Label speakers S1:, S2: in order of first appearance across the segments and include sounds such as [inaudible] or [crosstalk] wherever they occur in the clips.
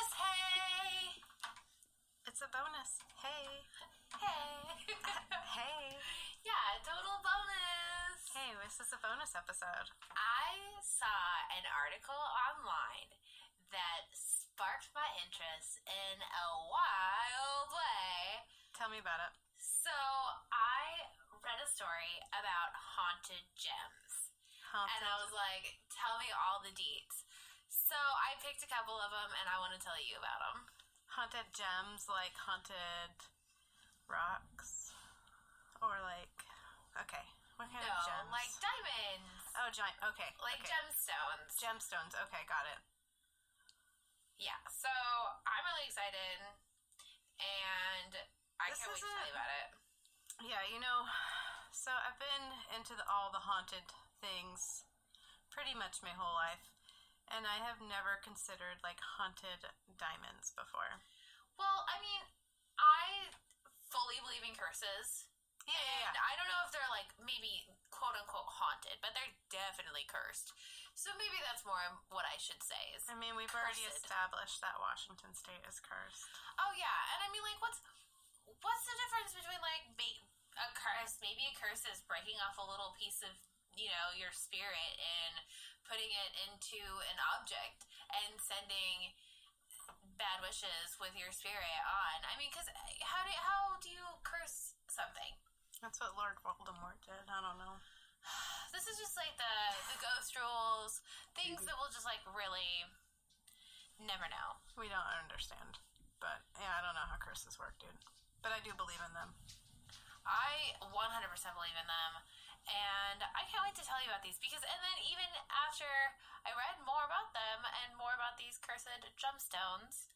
S1: [laughs]
S2: This is a bonus episode.
S1: I saw an article online that sparked my interest in a wild way.
S2: Tell me about it.
S1: So I read a story about haunted gems.
S2: Haunted
S1: And I was like, tell me all the deets. So I picked a couple of them and I want to tell you about them.
S2: haunted gems like haunted rocks or like okay what kind
S1: No,
S2: of gems
S1: like diamonds,
S2: oh giant okay
S1: like
S2: okay.
S1: gemstones.
S2: gemstones okay got it
S1: Yeah, so I'm really excited and I
S2: This
S1: can't wait
S2: is
S1: to tell
S2: it.
S1: you about it.
S2: yeah you know so i've been into the, all the haunted things pretty much my whole life and i have never considered like haunted diamonds before
S1: Well, I mean, I fully believe in curses.
S2: yeah yeah,
S1: And
S2: yeah.
S1: I don't know if they're like maybe quote unquote haunted, but they're definitely cursed. So maybe that's more what I should say is
S2: I mean, we've already
S1: Cursed.
S2: established that Washington State is cursed.
S1: Oh yeah, and I mean like what's what's the difference between like ma- a curse? Maybe a curse is breaking off a little piece of you know your spirit and putting it into an object and sending bad wishes with your spirit on. I mean, because how do how do you curse something?
S2: That's what Lord Voldemort did. I don't know.
S1: This is just like the the ghost rules, things that will just like really never know.
S2: We don't understand. But yeah, I don't know how curses work, dude. But I do believe in them.
S1: I 100% believe in them. And I can't wait to tell you about these because, and then even after I read more about them and more about these cursed gemstones,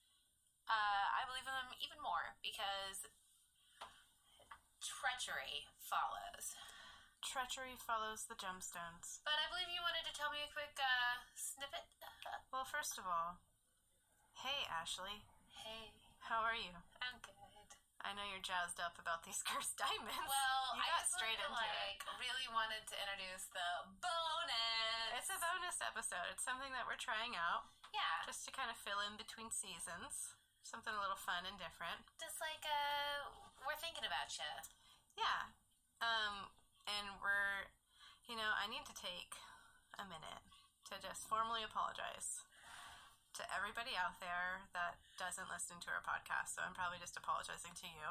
S1: uh, I believe in them even more because treachery follows.
S2: Treachery follows the gemstones.
S1: But I believe you wanted to tell me a quick uh, snippet. Uh,
S2: Well, first of all, hey, Ashley,
S1: hey,
S2: how are you?
S1: I'm good.
S2: I know you're jazzed up about these [laughs] cursed diamonds.
S1: Well, I
S2: you got
S1: just
S2: straight
S1: wanted to,
S2: into
S1: like
S2: it.
S1: really wanted to introduce the bonus.
S2: It's a bonus episode. It's something that we're trying out
S1: yeah,
S2: just to kind of fill in between seasons. Something a little fun and different.
S1: just like uh, we're thinking about you.
S2: Yeah. Um, and we're, you know, I need to take a minute to just formally apologize to everybody out there that doesn't listen to our podcast. So I'm probably just apologizing to you.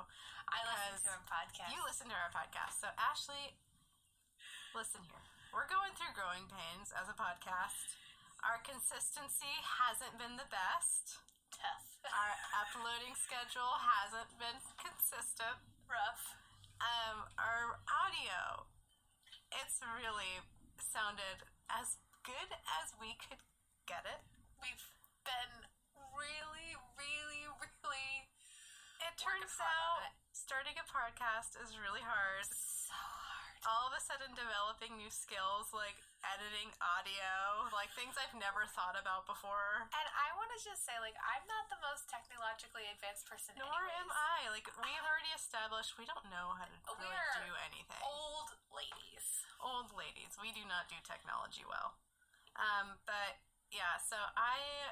S1: I
S2: because
S1: listen to her podcast. [laughs]
S2: You listen to our podcast. So, Ashley, listen here. We're going through growing pains as a podcast. Our consistency hasn't been the best.
S1: tough,
S2: Our uploading schedule hasn't been consistent.
S1: rough.
S2: um, our audio. It's really sounded as good as we could get it.
S1: We've been really, really, really
S2: It turns
S1: hard on
S2: out
S1: it.
S2: starting a podcast is really hard.
S1: so hard.
S2: All of a sudden, developing new skills like editing audio, like things I've never thought about before.
S1: And I want to just say, like, I'm not the most technologically advanced person.
S2: Nor
S1: anyways.
S2: am I. Like we have already established, we don't know how to
S1: We
S2: really
S1: are
S2: do anything.
S1: Old ladies.
S2: old ladies. We do not do technology well. Um, but yeah, so I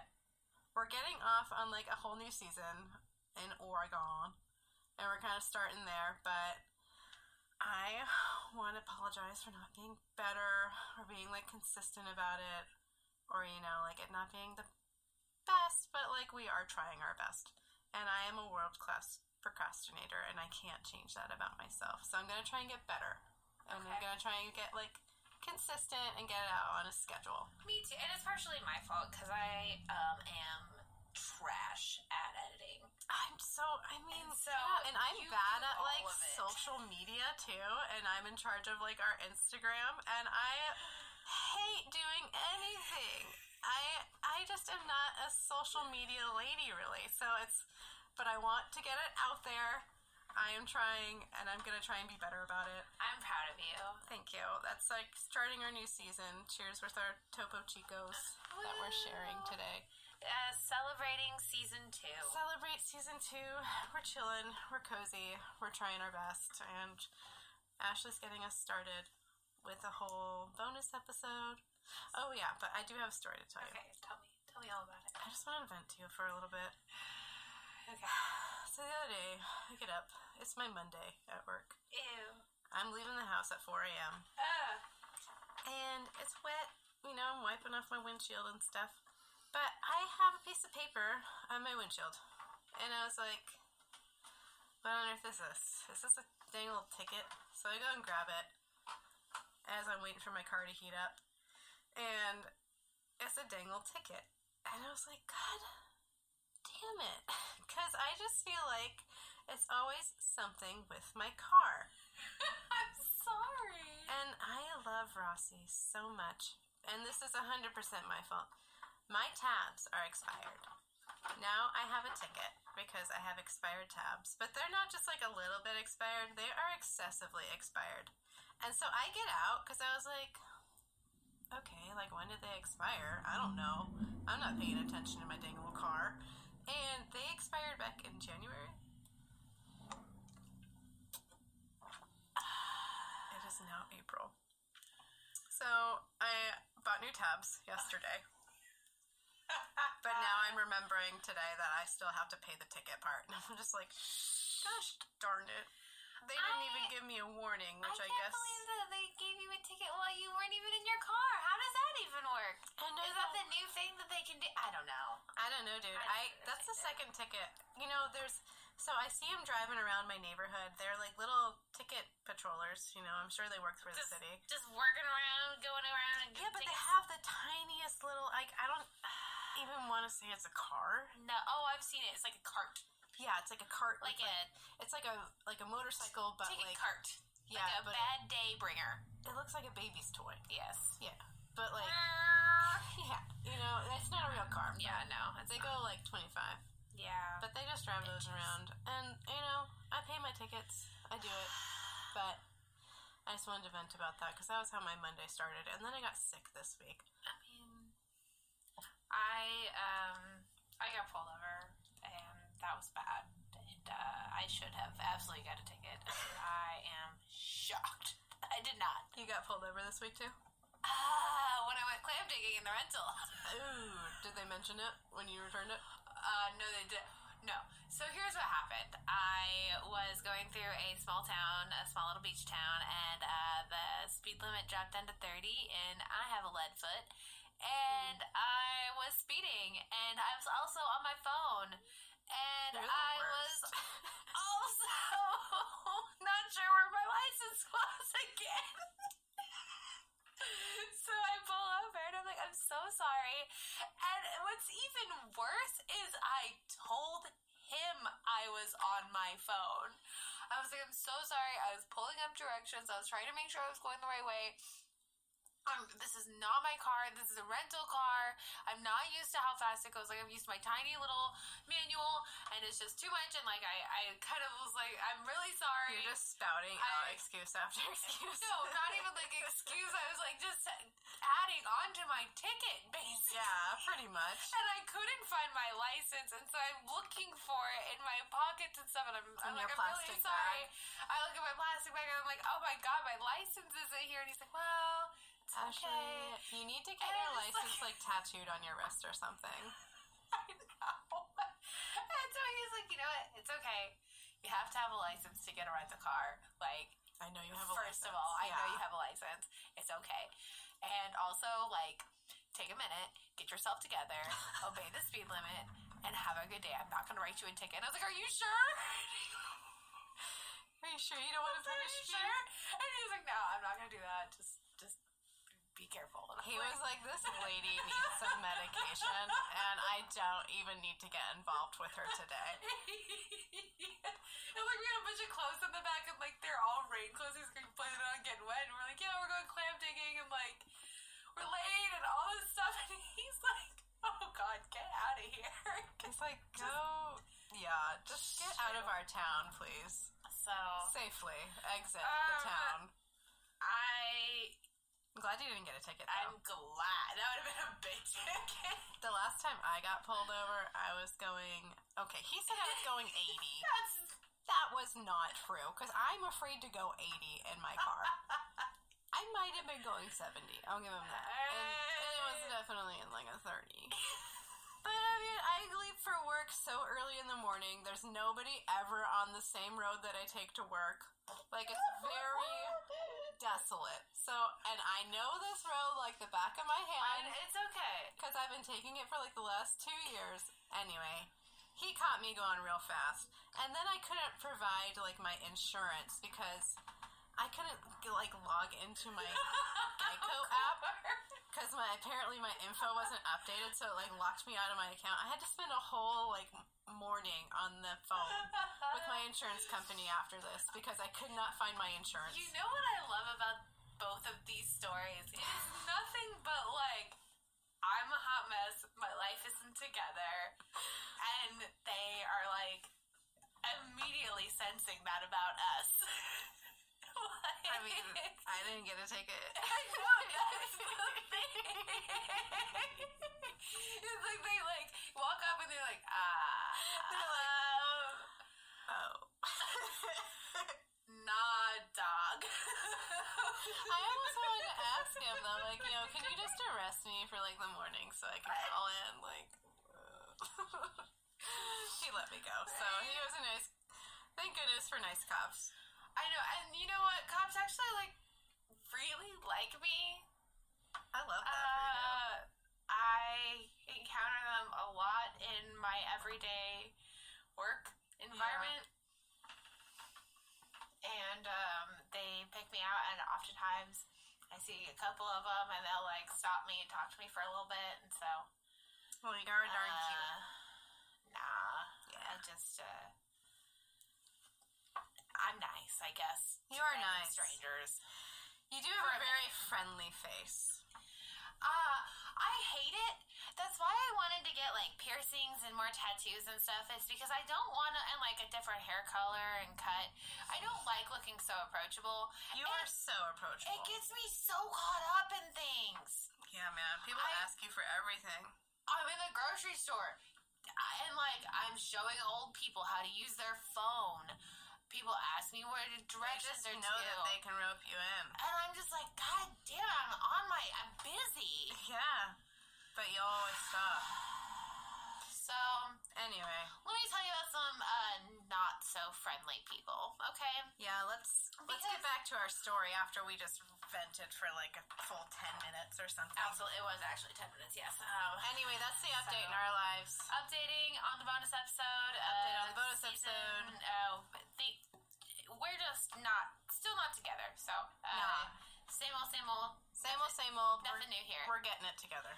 S2: we're getting off on like a whole new season in Oregon, and we're kind of starting there. But I want to apologize for not being better or being like consistent about it, or you know, like it not being the best. But like we are trying our best, and I am a world class procrastinator, and I can't change that about myself. So I'm gonna try and get better, and
S1: Okay.
S2: I'm gonna try and get like consistent and get it out on a schedule.
S1: Me too. And it's partially my fault because I um, am trash at editing.
S2: I'm so. I mean,
S1: And so
S2: yeah, and I'm
S1: you
S2: bad
S1: do
S2: at
S1: all
S2: like
S1: of it.
S2: social media too, and I'm in charge of like our Instagram, and I hate doing anything. I I just am not a social media lady, really. So it's, but I want to get it out there. I am trying, and I'm gonna try and be better about it.
S1: I'm proud of you.
S2: Thank you. That's like starting our new season. Cheers with our Topo Chicos that we're sharing today.
S1: Uh, celebrating season two.
S2: celebrate season two. We're chilling, we're cozy, we're trying our best, and Ashley's getting us started with a whole bonus episode. Oh yeah, but I do have a story to tell you.
S1: okay, tell me, tell me all about it.
S2: I just want to vent to you for a little bit.
S1: Okay.
S2: So the other day, I get up. It's my Monday at work.
S1: [sighs] Ew. [laughs]
S2: I'm leaving the house at 4 a.m.
S1: Ah.
S2: and it's wet. You know, I'm wiping off my windshield and stuff. But I have a piece of paper on my windshield, and I was like, "What on earth is this? Is this a dangle ticket?" So I go and grab it as I'm waiting for my car to heat up, and it's a dangle ticket. And I was like, God damn it. [laughs] Because I just feel like it's always something with my car.
S1: I'm sorry.
S2: And I love Rossi so much. And this is 100% my fault. My tabs are expired. Now I have a ticket because I have expired tabs. But they're not just like a little bit expired, they are excessively expired. And so I get out because I was like, okay, like when did they expire? I don't know. I'm not paying attention in my dang old car. And they expired back in January. It is now April. So I bought new tabs
S1: [laughs]
S2: yesterday. But now I'm remembering today that I still have to pay the ticket part. And I'm just like, gosh darn it. They didn't even
S1: I-
S2: give me a warning,
S1: I
S2: which I,
S1: can't
S2: guess.
S1: believe that they gave you a ticket while you weren't even in your car. How does that even work?
S2: I know
S1: Is that the new thing that they can do? I don't know.
S2: I don't know,
S1: I
S2: dude. I,
S1: don't
S2: that's the
S1: understand
S2: second ticket. You know, there's so I see them driving around my neighborhood. They're like little ticket patrollers. You know, I'm sure they work for the
S1: Just-
S2: city.
S1: Just working around, going around, and
S2: Yeah, but they
S1: tickets.
S2: have the tiniest little. Like I don't even want to say it's a car.
S1: no. Oh, I've seen it. It's like a cart,
S2: Yeah, it's like a cart.
S1: like
S2: with,
S1: a
S2: it's like a like a motorcycle, but
S1: ticket
S2: like
S1: cart,
S2: yeah,
S1: like a
S2: but
S1: bad day bringer.
S2: it looks like a baby's toy.
S1: Yes.
S2: Yeah, but like
S1: Ah,
S2: yeah, you know, it's not a real car.
S1: [laughs] yeah. No. It's
S2: they
S1: not-
S2: go like twenty five.
S1: Yeah.
S2: But they just drive those around. And, you know, I pay my tickets. I do it. But I just wanted to vent about that because that was how my Monday started. And then I got sick this week.
S1: I mean, I um, I got pulled over, and that was bad. And uh, I should have absolutely got a ticket. and I am shocked. [laughs] I did not.
S2: You got pulled over this week, too?
S1: Ah, when I went clam digging in the rental. [laughs]
S2: Ooh. Did they mention it when you returned it?
S1: Uh, no, they did. No. So here's what happened. I was going through a small town, a small little beach town, and uh, the speed limit dropped down to 30, and I have a lead foot. And
S2: Hmm.
S1: I was speeding, and I was also on my phone. And
S2: You're the
S1: I was
S2: worst.
S1: [laughs] also [laughs] not sure where my license was [laughs] again. so I pull over and I'm like, I'm so sorry. And what's even worse is I told him I was on my phone. I was like, I'm so sorry. I was pulling up directions. I was trying to make sure I was going the right way. Um, this is not my car. This is a rental car. I'm not used to how fast it goes. Like I'm used to my tiny little manual, and it's just too much. And like I, I kind of was like, I'm really sorry.
S2: You're just spouting
S1: I-
S2: out excuse
S1: [laughs]
S2: after excuse.
S1: no, not even like excuse. I was like just adding on to my ticket, basically.
S2: [laughs] Yeah, pretty much.
S1: [laughs] And I couldn't find my license, and so I'm looking for it in my pockets and stuff. And I'm, I'm
S2: your
S1: like, I'm really
S2: plastic
S1: sorry. I look at my plastic bag, and I'm like, oh my god, my license isn't here. And he's like, well, it's
S2: Oh,
S1: okay.
S2: Ashley, you need to get
S1: And I
S2: your
S1: just,
S2: license like tattooed on your wrist or something.
S1: I know. [laughs] And so he's like, you know what? It's okay. You have to have a license to get a rental car. Like,
S2: I know you have a
S1: first
S2: license.
S1: of all, I know
S2: Yeah.
S1: you have a license. It's okay. And also, like, take a minute, get yourself
S2: [laughs]
S1: together, obey the speed limit, and have a good day. I'm not going to write you a ticket. And I was like, Are you
S2: [laughs]
S1: sure?
S2: Are you sure you don't want to
S1: Are
S2: finish?
S1: you sure? And he was like, No, I'm not going to do that. Just, just be careful. And I
S2: He was like, "This lady needs some medication, and I don't even need to get involved with her
S1: [laughs]
S2: today."
S1: it was like we had a bunch of clothes in the back and like they're all rain clothes he's complaining on getting wet and we're like yeah we're going clam digging and like we're late and all this stuff [laughs] and he's like oh god get out of here [laughs]
S2: He's like, "Go, yeah, just get out of our town, please.
S1: so
S2: Safely exit the
S1: Um,
S2: town."
S1: I
S2: I'm glad you didn't get a ticket.
S1: I'm
S2: Though.
S1: glad that would have been a big ticket [laughs]
S2: The last time I got pulled over, I was going. Okay, he said I was going 80.
S1: that's
S2: That was not true because I'm afraid to go 80 in my car. I might have been going 70. I'll give him that. And, and it was definitely in like a 30. But I mean, I leave for work so early in the morning. There's nobody ever on the same road that I take to work. Like it's very desolate. So, and I know this road like the back of
S1: I,
S2: my hand
S1: it's [laughs] okay.
S2: because I've been taking it for like the last two years. Anyway, he caught me going real fast, and then I couldn't provide like my insurance because I couldn't like log
S1: [laughs]
S2: into my Geico
S1: Of
S2: app
S1: course.
S2: because my apparently my info wasn't updated, so it like locked me out of my account. I had to spend a whole like morning on the phone with my insurance company after this because I could not find my insurance.
S1: You know what I love about both of these stories? It is nothing but like I'm a hot mess, my life isn't together, and they are like immediately sensing that about us. [laughs] like,
S2: I
S1: [laughs]
S2: mean, I didn't get to take it.
S1: I know
S2: [laughs]
S1: that's the thing. [laughs] it's like they like walk up and they're like, ah,
S2: They're like,
S1: um,
S2: Oh. [laughs]
S1: nah, dog. [laughs]
S2: I almost wanted to ask him though, like, you know, can you just arrest me for like the morning so I can call in? Like, [laughs] uh, he let me go. So he was a nice. Thank goodness for nice cops.
S1: I know, and you know what? Cops actually like really like me.
S2: I love that for you.
S1: Uh, I encounter them a lot in my everyday work environment, and um, they pick me out. And oftentimes, I see a couple of them, and they'll like stop me and talk to me for a little bit. And so,
S2: Well, you are darn cute.
S1: uh, Nah, I
S2: Yeah.
S1: just uh, I'm nice, I guess.
S2: You are
S1: random
S2: nice.
S1: Strangers.
S2: You do have
S1: for
S2: a
S1: a
S2: very
S1: minute.
S2: friendly face.
S1: Uh, I hate it. That's why I wanted to get like piercings and more tattoos and stuff. Is because I don't want to and like a different hair color and cut. I don't like looking so approachable.
S2: You
S1: And
S2: are so approachable.
S1: It gets me so caught up in things.
S2: yeah, man. People
S1: I-
S2: ask you for everything.
S1: I'm in the grocery store I- and like I'm showing old people how to use their phone. People ask me where the
S2: They
S1: directions
S2: just
S1: are
S2: know
S1: to.
S2: that they can rope you in.
S1: and I'm just like, God damn, I'm on my, I'm busy.
S2: Yeah, but you always stop.
S1: So
S2: Anyway,
S1: Let me tell you about some uh, not so friendly people, okay?
S2: yeah, let's let's get
S1: Because-
S2: back to our story after we just vented for like a full ten minutes or something.
S1: Absolutely, it was actually 10 minutes, yes. Um,
S2: Anyway, that's the update in our lives.
S1: updating on the bonus episode.
S2: Update
S1: uh,
S2: on the bonus
S1: season-
S2: episode.
S1: Oh, they, we're just not, still not together, so. Uh,
S2: Nah.
S1: Same old, same old.
S2: Same old, same old.
S1: Nothing
S2: We're,
S1: new here. We're,
S2: we're getting it together.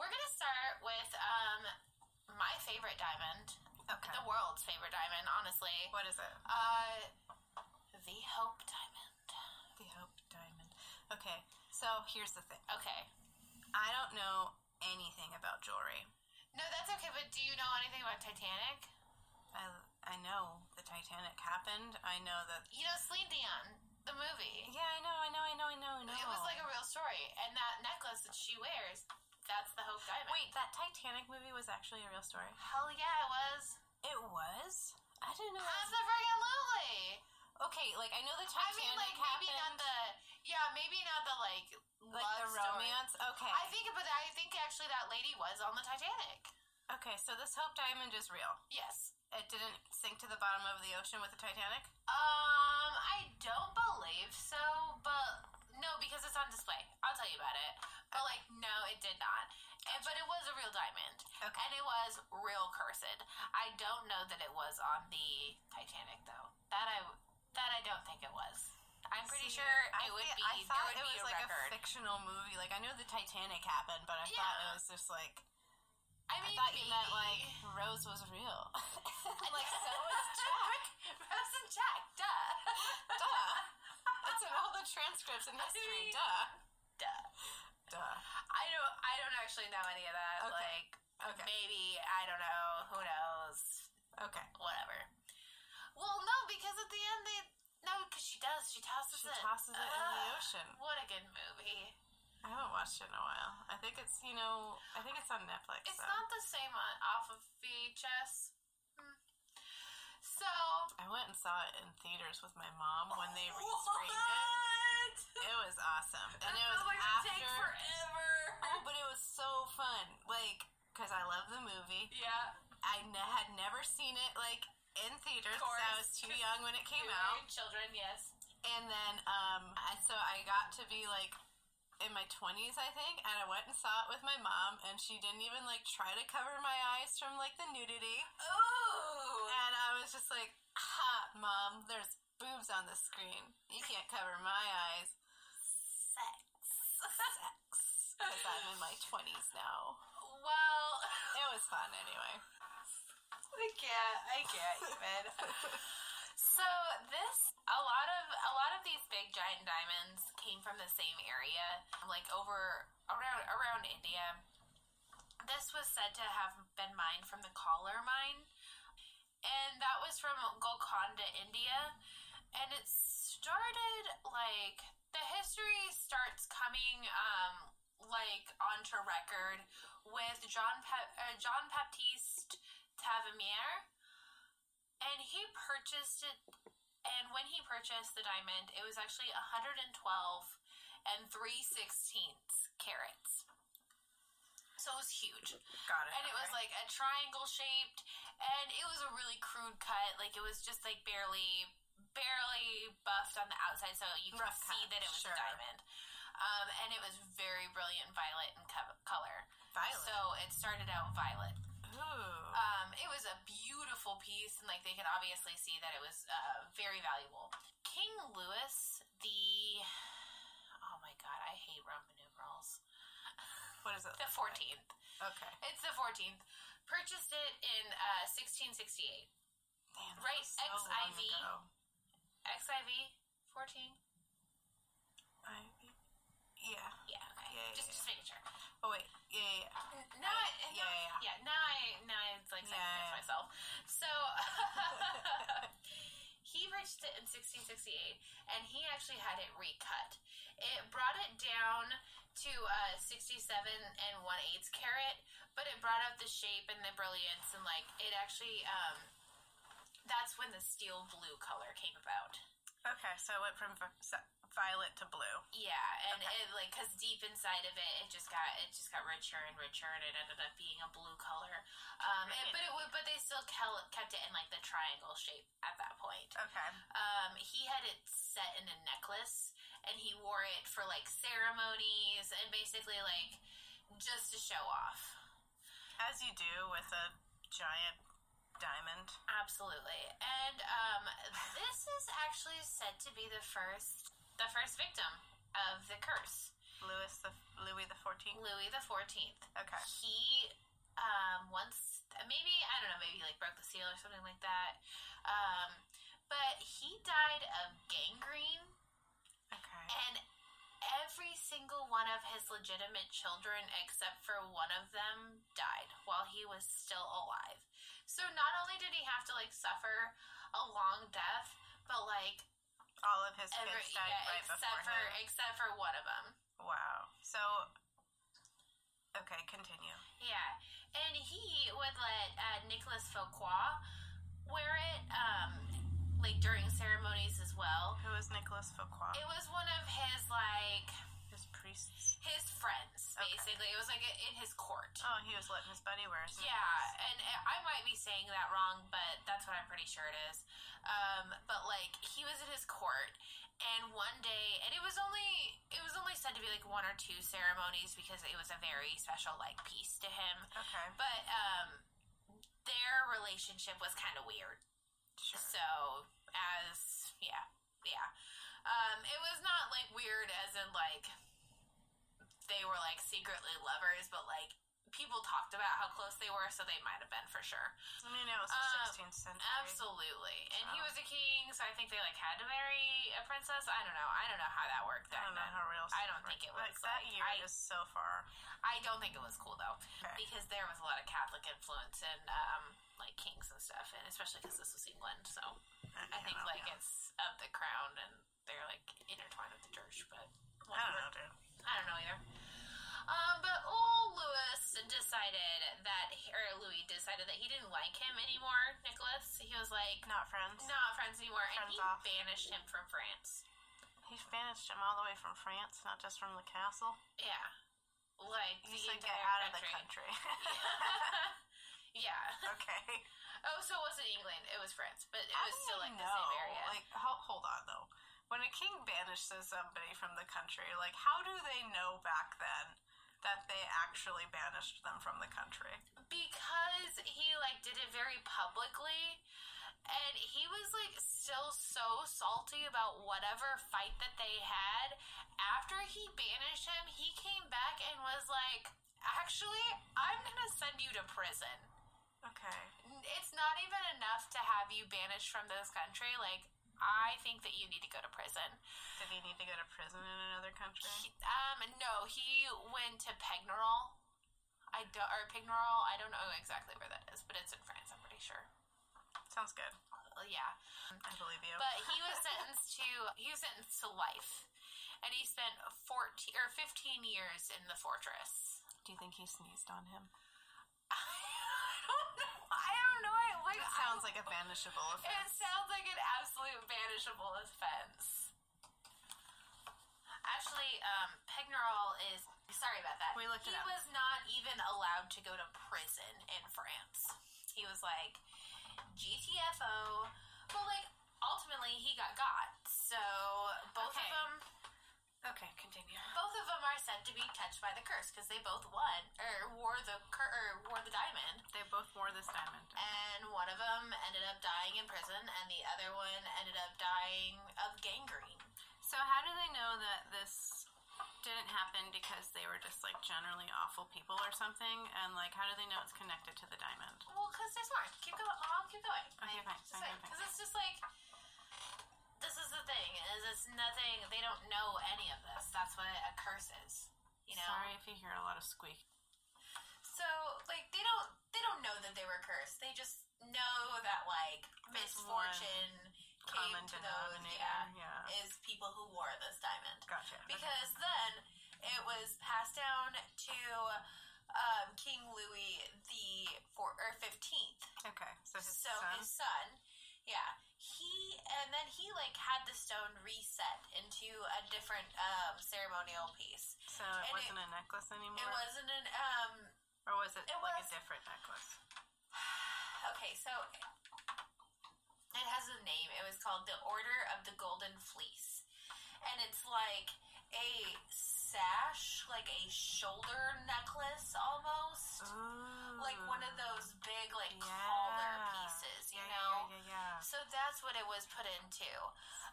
S1: gonna start with um, my favorite diamond,
S2: Okay.
S1: the world's favorite diamond, honestly.
S2: What is it?
S1: Uh, the Hope Diamond.
S2: The Hope Diamond. Okay, so here's the thing.
S1: Okay.
S2: I don't know anything about jewelry.
S1: No, that's okay, but do you know anything about Titanic?
S2: I, I know the Titanic happened. I know that.
S1: You know, Celine Dion, the movie.
S2: Yeah, I know, I know, I know, I know, I know.
S1: It was like a real story, and that necklace that she wears, that's the Hope Diamond.
S2: Wait, that Titanic movie was actually a real story.
S1: hell yeah, it was.
S2: It was. I didn't know. that-
S1: Absolutely.
S2: Okay, like I know the
S1: I
S2: Titanic
S1: mean, like maybe not
S2: happened,
S1: the yeah, maybe not the like
S2: like
S1: love
S2: the romance.
S1: Story.
S2: Okay,
S1: I think, but I think actually that lady was on the Titanic.
S2: okay. So this Hope Diamond is real.
S1: Yes.
S2: It didn't sink to the bottom of the ocean with the Titanic.
S1: Um, I don't believe so, but no, because it's on display. I'll tell you about it. But like, no, it did not. And, but it was a real diamond,
S2: Okay.
S1: and it was real cursed. I don't know that it was on the Titanic though. That I that I don't think it was. I'm pretty
S2: See,
S1: sure
S2: I
S1: it would
S2: thi-
S1: be.
S2: I
S1: there
S2: thought
S1: would
S2: it
S1: be
S2: was
S1: a
S2: like
S1: record.
S2: a fictional movie. Like I knew the Titanic happened, but I thought it
S1: Yeah.
S2: was just like
S1: I
S2: I
S1: mean,
S2: thought you meant
S1: maybe. [laughs]
S2: like Rose was real. [laughs] like [laughs] so was Jack.
S1: Rose and Jack. Duh.
S2: [laughs] Duh. It's in all the transcripts in [laughs] history. Duh.
S1: Duh.
S2: Duh.
S1: I don't. I don't actually know any of that.
S2: Okay.
S1: Like.
S2: Okay.
S1: Maybe, I don't know, who knows,
S2: Okay.
S1: whatever. Well, no, because at the end they no, because she does, she tosses
S2: She
S1: it,
S2: tosses it in the
S1: Ugh,
S2: ocean.
S1: What a good movie!
S2: I haven't watched it in a while. I think it's you know I think it's on Netflix.
S1: It's
S2: so.
S1: not the same on off of VHS. Hmm. So
S2: I went and saw it in theaters with my mom when
S1: [laughs]
S2: they
S1: What?
S2: re-screened it. It was awesome, and
S1: That
S2: it was
S1: sounds like it'd
S2: after.
S1: take forever.
S2: Oh, but it was so fun. Like, because I love the movie.
S1: Yeah,
S2: I ne- had never seen it, like, in theaters 'cause I
S1: Course.
S2: was too young when it came
S1: we were
S2: out.
S1: children, yes.
S2: And then, um, I- so I got to be like in my 20s, I think, and I went and saw it with my mom, and she didn't even like try to cover my eyes from like the nudity.
S1: Ooh.
S2: And I was just like, ha, mom, there's boobs on the screen. You can't cover my eyes.
S1: Sex.
S2: Sex. Because I'm in my 20s now.
S1: [laughs] Well,
S2: It was fun anyway.
S1: I can't. I can't even. so this, a lot of a lot of these big giant diamonds came from the same area, like over around around India. This was said to have been mined from the Collar mine, and that was from Golconda, India, and it started like the history starts coming um like onto record with John pa- uh, John Baptiste Tavernier, and he purchased it. And when he purchased the diamond, it was actually 112 and 3 sixteenths carats. So it was huge
S2: Got it.
S1: and it was like a triangle shaped and it was a really crude cut like it was just like barely barely buffed on the outside so you could
S2: Rough
S1: see
S2: cut,
S1: that it was
S2: sure.
S1: a diamond um, and it was very brilliant violet in co- color
S2: violet.
S1: so it started out violet
S2: Ooh.
S1: um, it was a beautiful piece, and like they could obviously see that it was uh, very valuable. King Louis the oh my god, I hate Roman numerals.
S2: what is it?
S1: The fourteenth.
S2: Okay.
S1: It's the 14th. Purchased it in uh, 1668.
S2: Damn, that
S1: Right,
S2: was so long
S1: XIV.
S2: ago.
S1: XIV 14?
S2: I- Yeah.
S1: Yeah, okay.
S2: Yeah, yeah,
S1: just, just making sure.
S2: Oh wait. Yeah, yeah. yeah.
S1: Now I,
S2: Yeah,
S1: now,
S2: yeah, yeah.
S1: yeah, now I, now I like second
S2: Yeah,
S1: guess
S2: yeah.
S1: myself. So, [laughs] he reached it in 1668, and he actually had it recut. It brought it down to uh, 67 and 1 8 carat, but it brought out the shape and the brilliance, and like, it actually, um, that's when the steel blue color came about.
S2: Okay, so it went from vi- se- violet to blue.
S1: Yeah, and
S2: Okay.
S1: it like because deep inside of it, it just got it just got richer and richer, and it ended up being a blue color. Um, and- but it would, but they still kel- kept it in like the triangle shape at that point.
S2: Okay.
S1: Um, he had it set in a necklace, and he wore it for like ceremonies and basically like just to show off.
S2: As you do with a giant diamond.
S1: Absolutely. And um, this is actually said to be the first the first victim of the curse,
S2: Louis the Louis the Fourteenth.
S1: Louis the Fourteenth.
S2: Okay.
S1: He um, once, maybe, I don't know, maybe like broke the seal or something like that. Um, but he died of gangrene,
S2: Okay.
S1: and every single one of his legitimate children, except for one of them, died while he was still alive. So not only did he have to like suffer a long death, but like
S2: All of his
S1: every
S2: kids died
S1: yeah,
S2: right before
S1: except for
S2: him.
S1: except for one of them.
S2: Wow. So. Okay, continue.
S1: Yeah, and he would let uh, Nicholas Fouquet wear it, um, like during ceremonies as well.
S2: Who is Nicholas Fouquet?
S1: It was one of his like
S2: His priests.
S1: his friends,
S2: Okay.
S1: basically. It was like in his court.
S2: Oh, he was letting his buddy wear his
S1: Yeah, and uh, I might be saying that wrong, but that's what I'm pretty sure it is. Um, but like he was in his court, and one day, and it was only it was only said to be like one or two ceremonies because it was a very special like piece to him.
S2: necklace. Okay.
S1: But um, their relationship was kind of weird.
S2: Sure.
S1: So as yeah, yeah, um, it was not like weird as in like they were like secretly lovers, but like people talked about how close they were, so they might have been for sure.
S2: I mean, it was the
S1: Um,
S2: 16th century.
S1: Absolutely. And he
S2: So-
S1: was a king, so I think they like had to marry a princess. I don't know. I don't know how that worked.
S2: I
S1: Back
S2: don't know
S1: then.
S2: how real.
S1: I don't
S2: stuff
S1: think it
S2: works.
S1: was,
S2: like that
S1: like,
S2: year
S1: I-
S2: is so far.
S1: I don't think it was cool though,
S2: Okay.
S1: because there was a lot of Catholic influence and um, like kings and stuff, and especially because this was England, so I think like it's of the crown and they're like intertwined with the church, but
S2: I don't know,
S1: whatever.
S2: dude.
S1: I don't know either. Um, but old Louis decided that, or Louis decided that he didn't like him anymore, Nicholas. He was like,
S2: Not friends.
S1: not friends anymore, and
S2: Friends
S1: he
S2: off.
S1: banished him from France.
S2: He banished him all the way from France, not just from the castle.
S1: Yeah. Like, the
S2: He said, "Get
S1: entire
S2: out of the
S1: country.
S2: country."
S1: [laughs]
S2: [laughs]
S1: yeah. [laughs]
S2: okay.
S1: Oh, so it wasn't England. It was France, but it
S2: How
S1: was
S2: do
S1: still
S2: you
S1: like the
S2: know?
S1: same area.
S2: Like, ho- hold on though. What when a king banishes somebody from the country, like how do they know back then that they actually banished them from the country?
S1: because he like did it very publicly and he was like still so salty about whatever fight that they had after he banished him he came back and was like actually i'm gonna send you to prison
S2: Okay.
S1: it's not even enough to have you banished from this country like i think that you need to go to prison
S2: Did he need to go to prison in another country?
S1: He- um no he went to pegnerol i don't or pignerol i don't know exactly where that is but it's in france i'm pretty sure
S2: Sounds good.
S1: Well, yeah.
S2: I believe you.
S1: But
S2: [laughs]
S1: he was sentenced to he was sentenced to life, and he spent fourteen or fifteen years in the fortress. [laughs]
S2: do you think he sneezed on him?
S1: I don't know. I don't know. I, like,
S2: It
S1: I-
S2: sounds like a banishable
S1: It
S2: offense.
S1: sounds like an absolute banishable offense. Actually, um, Pegnerol is sorry about that.
S2: We looked
S1: he
S2: it up.
S1: was not even allowed to go to prison in France. He was like GTFO, but like ultimately he got got. So both
S2: Okay.
S1: of them,
S2: Okay, continue.
S1: both of them are said to be touched by the curse because they both won or wore the cur- or wore the diamond
S2: They both wore this diamond.
S1: and one of them ended up dying in prison, and the other one ended up dying of gangrene.
S2: So how do they know that this didn't happen because they were just like generally awful people or something? And like, how do they know it's connected to the diamond?
S1: Well, because there's more. Keep going. I'll keep going.
S2: Okay, fine, fine, fine, fine.
S1: Because it's just like this is the thing is it's nothing. They don't know any of this. That's what a curse is. You know.
S2: Sorry if you hear a lot of squeak.
S1: So like they don't they don't know that they were cursed. They just know that like
S2: There's
S1: misfortune came
S2: Common
S1: to those.
S2: denominator.
S1: Yeah,
S2: yeah.
S1: is people who wore this diamond.
S2: Gotcha. okay.
S1: because then it was passed down to um, King Louis the four or fifteenth.
S2: Okay. So his
S1: So
S2: son.
S1: his son, yeah, he and then he like had the stone reset into a different um, ceremonial piece.
S2: so
S1: and
S2: it
S1: it-
S2: wasn't a necklace anymore,
S1: It wasn't an um.
S2: or was it,
S1: it
S2: like
S1: was-
S2: a different necklace?
S1: Okay, so it has a name. It was called the Order of the Golden Fleece, and it's like a sash, like a shoulder necklace almost.
S2: Ooh.
S1: like one of those big like
S2: yeah.
S1: collar pieces, you
S2: yeah,
S1: know.
S2: Yeah, yeah, yeah.
S1: So that's what it was put into.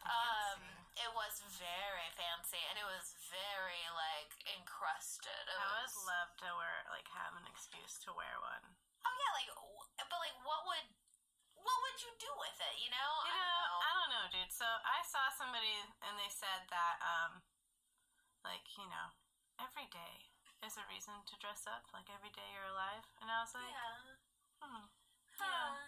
S1: Um,
S2: Fancy.
S1: it was very fancy, and it was very like encrusted. It
S2: I would love to wear, like, have an excuse to wear one.
S1: oh yeah, like w- but like what would what would you do with it? You know,
S2: You
S1: I don't
S2: know, I
S1: know.
S2: don't know, dude. So I saw somebody and they said that, um, like, you know, every day is a reason to dress up, like every day you're alive. And I was like,
S1: yeah.
S2: hmm,
S1: Huh.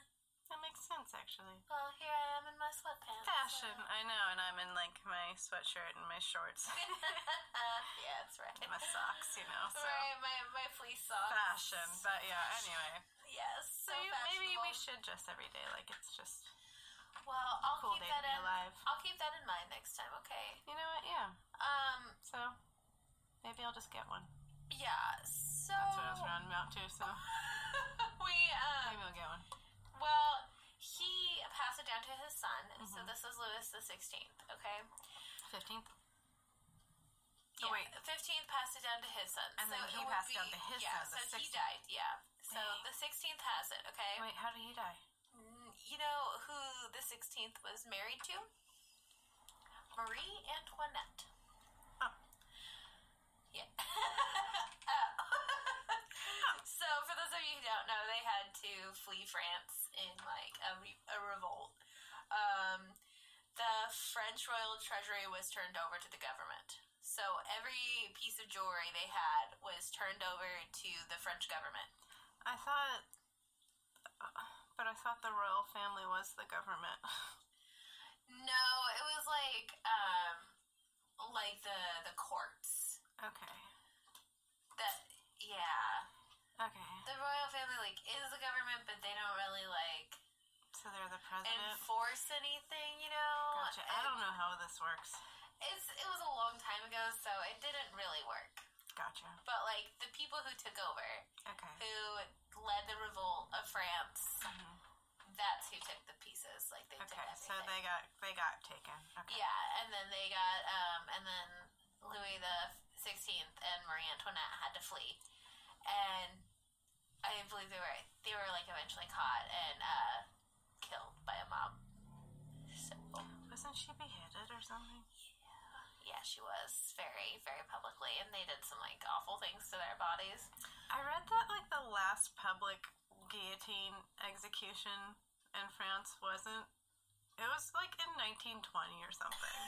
S2: that makes sense actually.
S1: Well, here I am in my sweatpants.
S2: Fashion, I know, and I'm in like my sweatshirt and my shorts [laughs] and
S1: [laughs] yeah, that's right.
S2: my socks, you know, so
S1: Right, my, my fleece socks.
S2: fashion. But yeah, anyway.
S1: Yes.
S2: So,
S1: So,
S2: you, maybe we
S1: fashionable.
S2: should dress every day, like it's just
S1: Well, I'll
S2: cool
S1: keep
S2: day
S1: that
S2: to be
S1: in.
S2: alive.
S1: I'll keep that in mind next time. Okay.
S2: You know what? Yeah.
S1: Um.
S2: So maybe I'll just get one.
S1: Yeah. So
S2: That's what I
S1: Oh.
S2: was rounding out to, so
S1: [laughs] we um.
S2: maybe I'll get one.
S1: Well, he passed it down to his son. So
S2: Mhm.
S1: this is Louis the Sixteenth. Okay.
S2: 15th. Oh, wait.
S1: Fifteenth passed it down to his son.
S2: And
S1: so
S2: then he
S1: it would
S2: passed
S1: be,
S2: down to his
S1: yeah,
S2: son, the
S1: So he
S2: 16th.
S1: died. Yeah. So
S2: Dang.
S1: the sixteenth has it. Okay.
S2: Wait, how did he die?
S1: Mm, You know who the sixteenth was married to? Marie Antoinette.
S2: Oh.
S1: Yeah. [laughs] Oh. [laughs] so, for those of you who don't know, they had to flee France in like a, re- a revolt. Um, the French royal treasury was turned over to the government. So, every piece of jewelry they had was turned over to the French government.
S2: I thought, but I thought the royal family was the government. [laughs]
S1: No, it was like um like the the courts.
S2: okay.
S1: That yeah.
S2: Okay.
S1: The royal family like is the government but they don't really like
S2: So they're the president.
S1: enforce anything, you know?
S2: Gotcha. I don't know how this works.
S1: It's it was a long time ago so it didn't really work.
S2: Gotcha.
S1: But like the people who took over,
S2: Okay.
S1: who led the revolt of France,
S2: Mhm.
S1: that's who took the pieces. Like they took
S2: Okay,
S1: everything.
S2: so they got they got taken. Okay.
S1: Yeah, and then they got, um, and then Louis the Sixteenth and Marie Antoinette had to flee, and I believe they were they were like eventually caught and uh, killed by a mob. So
S2: Wasn't she beheaded or something?
S1: yeah, she was very very publicly, and they did some like awful things to their bodies.
S2: I read that like the last public guillotine execution in France wasn't. It was like in 1920 or something.
S1: [laughs]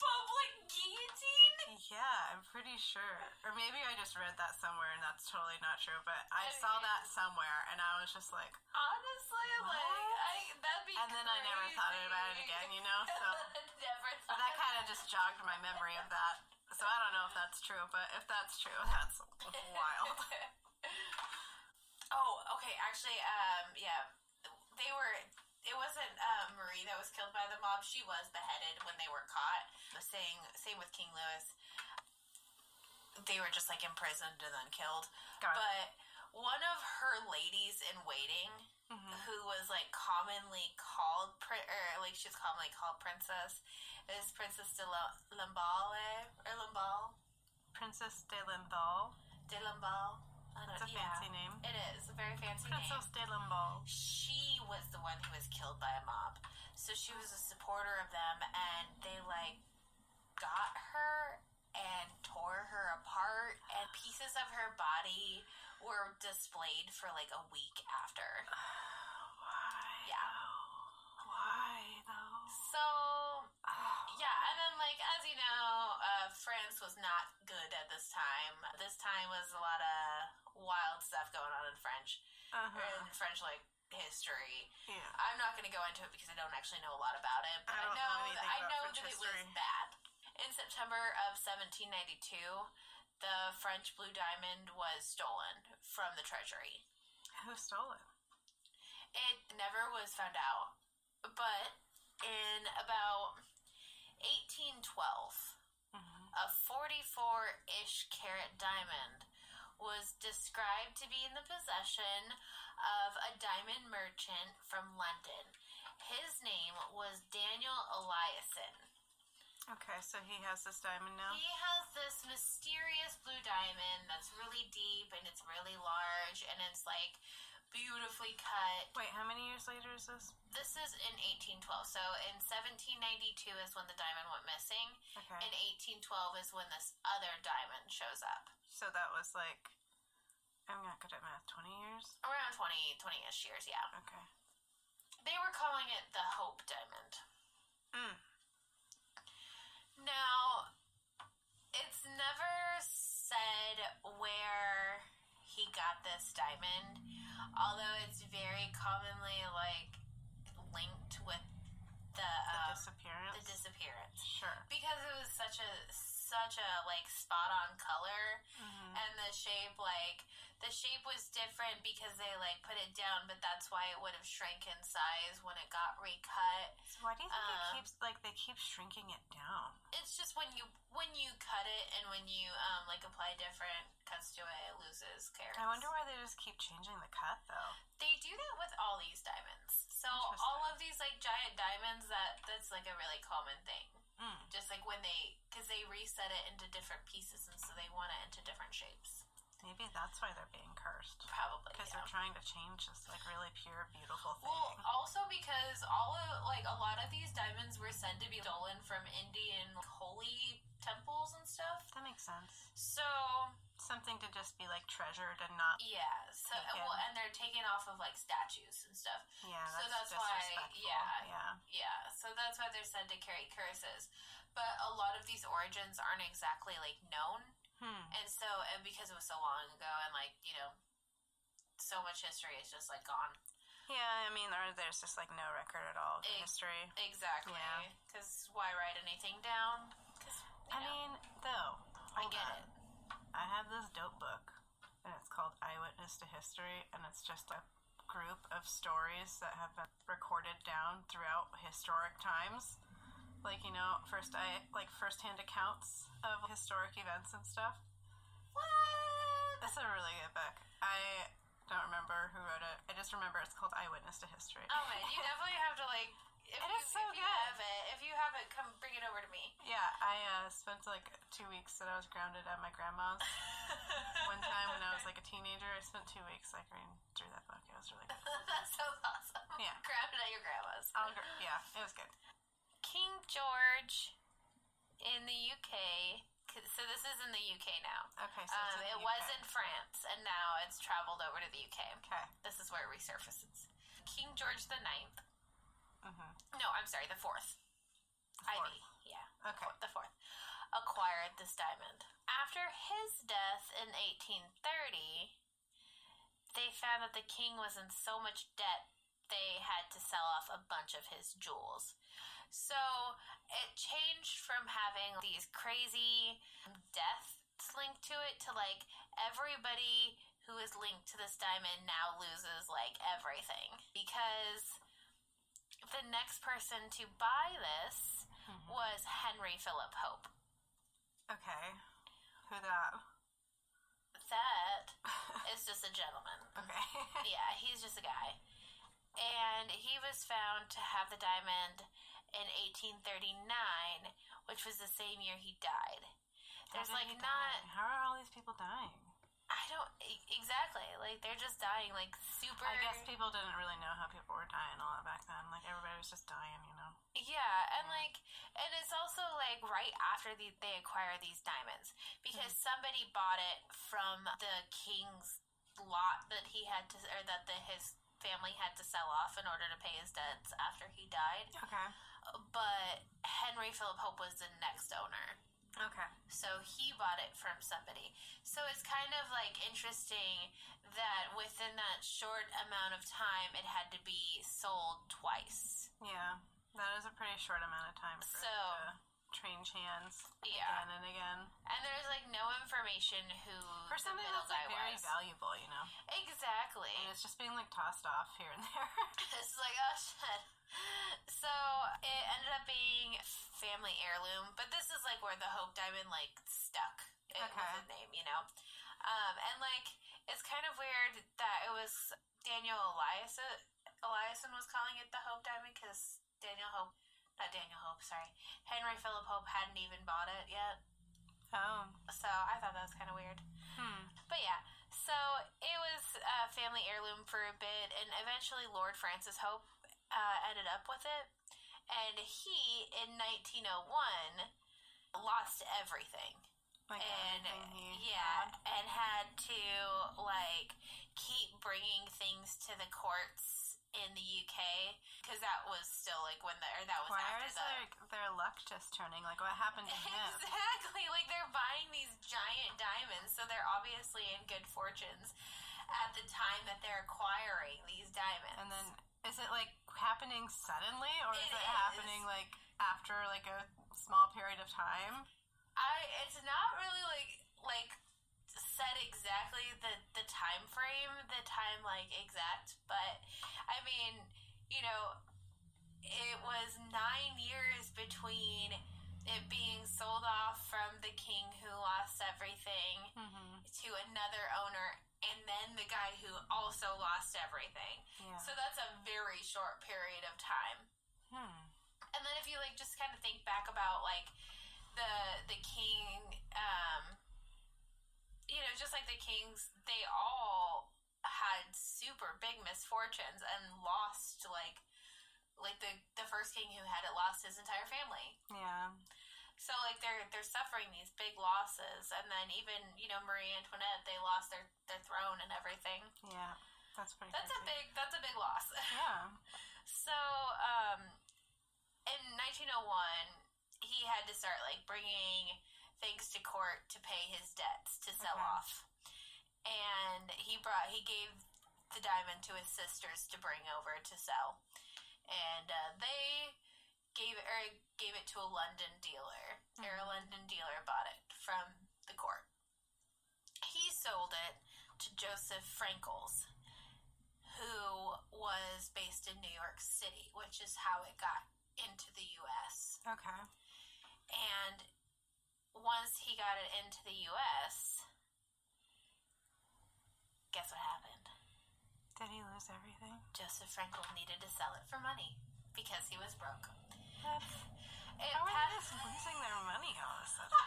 S1: Public guillotine.
S2: yeah, I'm pretty sure. Or maybe I just read that somewhere and that's totally not true, but I
S1: I
S2: saw
S1: mean-
S2: that somewhere and I was just like,
S1: Honestly, like
S2: What?
S1: I that'd be.
S2: and then I never thought about it
S1: crazy.
S2: again, you
S1: [laughs]
S2: know? So
S1: never
S2: but
S1: thought.
S2: that kind of just jogged my memory of that. So I don't know if that's true, but if that's true, [laughs] that's wild.
S1: [laughs] oh, okay. Actually, um, yeah, they were. It wasn't uh, Marie that was killed by the mob. She was beheaded when they were caught. The Same, same with King Louis. They were just like imprisoned and then killed.
S2: God.
S1: But one of her ladies in waiting,
S2: Mhm.
S1: who was like commonly called, pri- or like she's commonly called princess, is Princess de La- Lamballe or Lamballe
S2: Princess de Lamballe.
S1: de Lamballe. I don't
S2: It's a
S1: yeah.
S2: fancy name.
S1: It is a very fancy name.
S2: Princess de Lamballe.
S1: She was the one who was killed by a mob, so she was a supporter of them, and they like got her and tore her apart, and pieces of her body were displayed for like a week after.
S2: [sighs] Why?
S1: Yeah.
S2: Why though?
S1: So
S2: Oh,
S1: Yeah, and then like as you know, uh, France was not good at this time. This time was a lot of wild stuff going on in French or
S2: [sighs] uh-huh.
S1: in French like history.
S2: Yeah.
S1: I'm not going to go into it because I don't actually know a lot about it, but
S2: I
S1: I,
S2: don't know
S1: know
S2: anything
S1: that, I
S2: about
S1: know
S2: French
S1: that it was
S2: history.
S1: bad. In September of 1792, the French blue diamond was stolen from the treasury.
S2: Who stole it?
S1: It never was found out. But in about 1812,
S2: Mhm.
S1: a 44 ish carat diamond was described to be in the possession of a diamond merchant from London. His name was Daniel Eliason.
S2: Okay, so he has this diamond now.
S1: He has this mysterious blue diamond that's really deep and it's really large and it's like beautifully cut.
S2: Wait, how many years later is this?
S1: This is in 1812. So in 1792 is when the diamond went missing.
S2: Okay.
S1: In 1812 is when this other diamond shows up.
S2: So that was like, I'm not good at math. Twenty years.
S1: Around 20, 20-ish years, yeah.
S2: Okay.
S1: They were calling it the Hope Diamond.
S2: Mm.
S1: Now, it's never said where he got this diamond, although it's very commonly, like, linked with the,
S2: The
S1: um,
S2: disappearance.
S1: the disappearance.
S2: sure.
S1: because it was such a such a like spot on color and the shape like the shape was different because they like put it down but that's why it would have shrank in size when it got recut
S2: So why do you
S1: uh,
S2: think it keeps like they keep shrinking it down?
S1: it's just when you when you cut it and when you um like apply different cuts to it it loses character
S2: I wonder why they just keep changing the cut though.
S1: they do that with all these diamonds so all of these like giant diamonds that that's like a really common thing
S2: Mm.
S1: just like when they because they reset it into different pieces and so they want it into different shapes
S2: Maybe that's why they're being cursed.
S1: Probably. um,
S2: Because
S1: yeah.
S2: they're trying to change this like really pure, beautiful thing.
S1: well, also because all of like a lot of these diamonds were said to be stolen from Indian like, holy temples and stuff.
S2: that makes sense.
S1: So
S2: Something to just be like treasured and not.
S1: yeah, so
S2: Taken.
S1: well, and they're taken off of like statues and stuff.
S2: Yeah,
S1: So
S2: that's,
S1: that's why-
S2: disrespectful.
S1: yeah.
S2: yeah.
S1: Yeah, so that's why they're said to carry curses. But a lot of these origins aren't exactly like known,
S2: Hmm.
S1: and so and because it was so long ago, and like you know, so much history is just like gone.
S2: Yeah, I mean, or there's just like no record at all of the
S1: Ex-
S2: history.
S1: Exactly.
S2: Yeah.
S1: Because why write anything down? 'Cause, you
S2: I
S1: know.
S2: mean, though,
S1: I
S2: hold
S1: get
S2: on.
S1: it.
S2: I have this dope book, and it's called Eyewitness to History, and it's just a group of stories that have been recorded down throughout historic times. Like you know, first I like firsthand accounts of historic events and stuff.
S1: What?
S2: That's a really good book. I don't remember who wrote it. I just just remember it's called Eyewitness to History.
S1: Oh my, you definitely have to like. If
S2: It
S1: you,
S2: is so
S1: if you
S2: good.
S1: have it, if you have it, come bring it over to
S2: [laughs]
S1: me.
S2: [laughs] Yeah, I uh, spent like two weeks that I was grounded at my grandma's. One time when I was like a teenager, I spent two weeks like reading through that book. It was really good.
S1: that sounds awesome.
S2: Yeah.
S1: Grab it at your grandma's.
S2: I'll gr- yeah, it was good.
S1: King George in the UK. 'cause- So this is in the UK now.
S2: Okay, so it's
S1: Um,
S2: in the
S1: it
S2: UK.
S1: was in France, and now it's traveled over to the UK.
S2: Okay.
S1: This is where it resurfaces. King George the Ninth.
S2: Mm-hmm.
S1: No, I'm sorry, the fourth. Ivy. Yeah.
S2: Okay.
S1: the fourth, acquired this diamond. After his death in 1830, they found that the king was in so much debt they had to sell off a bunch of his jewels. So it changed from having these crazy deaths linked to it to like everybody who is linked to this diamond now loses like everything because the next person to buy this
S2: Mhm.
S1: was Henry Philip Hope.
S2: Okay. Who that?
S1: That is just a gentleman.
S2: [laughs] okay.
S1: Yeah, he's just a guy. And he was found to have the diamond in 1839, which was the same year he died.
S2: How
S1: There's
S2: did
S1: like
S2: he die?
S1: not,
S2: How are all these people dying?
S1: I don't, e- exactly. Like they're just dying, like super.
S2: I guess people didn't really know how people were dying a lot back then. Like everybody was just dying, you know.
S1: Yeah, and
S2: Yeah.
S1: like, and it's also like right after the, they acquire these diamonds because somebody bought it from the king's lot that he had to, or that the, his family had to sell off in order to pay his debts after he died.
S2: Okay.
S1: But Henry Philip Hope was the next owner.
S2: Okay.
S1: So he bought it from somebody. So it's kind of like interesting that within that short amount of time, it had to be sold twice.
S2: Yeah. That is a pretty short amount of time for it
S1: So-
S2: to change hands
S1: Yeah.
S2: again and again.
S1: And there's like no information who
S2: For
S1: the
S2: something
S1: middle
S2: that's like
S1: guy
S2: very
S1: was.
S2: valuable, you know.
S1: Exactly.
S2: And it's just being like tossed off here and
S1: [laughs]
S2: there. [laughs]
S1: It's like oh shit. So it ended up being family heirloom, but this is like where the Hope Diamond like stuck. It
S2: Okay.
S1: was a name, you know. Um, and like it's kind of weird that it was Daniel Elias Eliason was calling it the Hope Diamond because Daniel Hope, not Daniel Hope, sorry, Henry Philip Hope hadn't even bought it yet.
S2: oh.
S1: So I thought that was kind of weird.
S2: Hmm.
S1: But yeah, so it was a family heirloom for a bit, and eventually Lord Francis Hope uh, ended up with it. And he, in 1901, lost everything.
S2: Like
S1: and
S2: everything he
S1: yeah,
S2: had.
S1: and had to, like, keep bringing things to the courts in the UK because that was still, like, when the, or that was
S2: Why
S1: after
S2: is
S1: the.
S2: like their luck just turning? Like what happened
S1: [laughs]
S2: [laughs] to him?
S1: Exactly. Like they're buying these giant diamonds, so they're obviously in good fortunes at the time that they're acquiring these diamonds.
S2: And then is it like happening suddenly or is
S1: It is.
S2: it happening like after like a small period of time?
S1: I it's not really like like said exactly the the time frame, the time like exact, but I mean, you know, it was 9 years between it being sold off from the king who lost everything
S2: Mm-hmm.
S1: to another owner and then the guy who also lost everything.
S2: Yeah.
S1: So that's a very short period of time.
S2: hmm.
S1: And then if you like just kind of think back about like the the king um you know just like the kings they all had super big misfortunes and lost like like the the first king who had it lost his entire family.
S2: Yeah.
S1: So like they're they're suffering these big losses, and then even you know Marie Antoinette, they lost their their throne and everything.
S2: Yeah. That's pretty
S1: That's a
S2: crazy.
S1: big that's a big loss. [laughs]
S2: Yeah.
S1: so um, in 1901, he had to start like bringing things to court to pay his debts to sell
S2: Okay.
S1: off, and he brought he gave the diamond to his sisters to bring over to sell, and uh, they gave it or gave it to a London dealer. Or a
S2: Mhm.
S1: London dealer bought it from the court. He sold it to Joseph Frankels, who was based in New York City, which is how it got into the U.S.
S2: Okay.
S1: And once he got it into the U.S., guess what happened?
S2: Did he you lose everything?
S1: Joseph Frankel needed to sell it for money because he was broke.
S2: That's,
S1: [laughs] It
S2: how are
S1: [laughs]
S2: they
S1: passed-
S2: just losing their money all of a sudden?
S1: [laughs]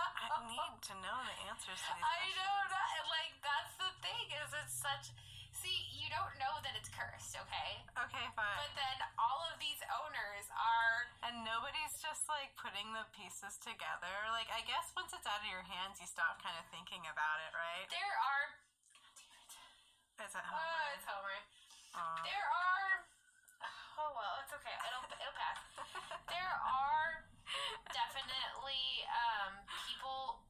S1: I know.
S2: I need to know the answers to
S1: I
S2: these questions.
S1: know that, and like that's the thing is it's such. See, you don't know that it's cursed, okay?
S2: Okay, fine.
S1: But then all of these owners are
S2: And nobody's just like putting the pieces together. Like, I guess once it's out of your hands, you stop kind of thinking about it, right?
S1: there are.
S2: It's at
S1: Oh,
S2: home. right?
S1: it's Homer.
S2: Aw.
S1: [laughs] There are. Oh well, it's okay. It'll it'll pass. There are definitely um, people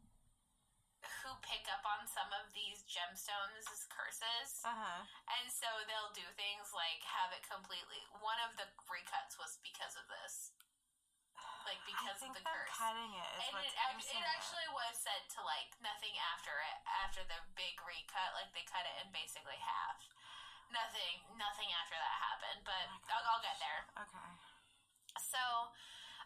S1: who pick up on some of these gemstones as curses.
S2: Uh-huh.
S1: And so they'll do things like have it completely. One of the recuts was because of this, like
S2: I
S1: because
S2: think
S1: of the
S2: them
S1: curse.
S2: cutting it is
S1: and
S2: what's
S1: it, act-
S2: cursing
S1: it actually was said to like nothing after it after the big recut. Like they cut it in basically half. Nothing, nothing after that happened. But
S2: Oh my
S1: I'll, I'll get there.
S2: Okay.
S1: So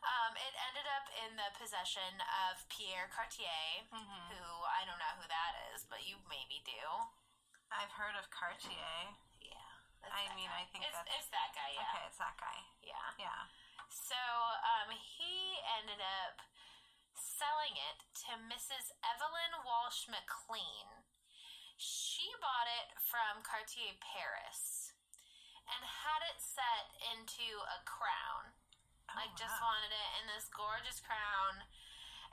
S1: um, it ended up in the possession of Pierre Cartier,
S2: hmm
S1: who I don't know who that is, but you maybe do.
S2: I've heard of Cartier.
S1: Yeah. that's
S2: I
S1: that
S2: mean,
S1: guy.
S2: I think
S1: it's,
S2: that's-
S1: it's that guy. Yeah,
S2: Okay, it's that guy.
S1: yeah.
S2: Yeah.
S1: So um, he ended up selling it to Mrs. Evelyn Walsh McLean. She bought it from Cartier Paris and had it set into a crown.
S2: Oh,
S1: Like, just
S2: wow.
S1: wanted it in this gorgeous crown.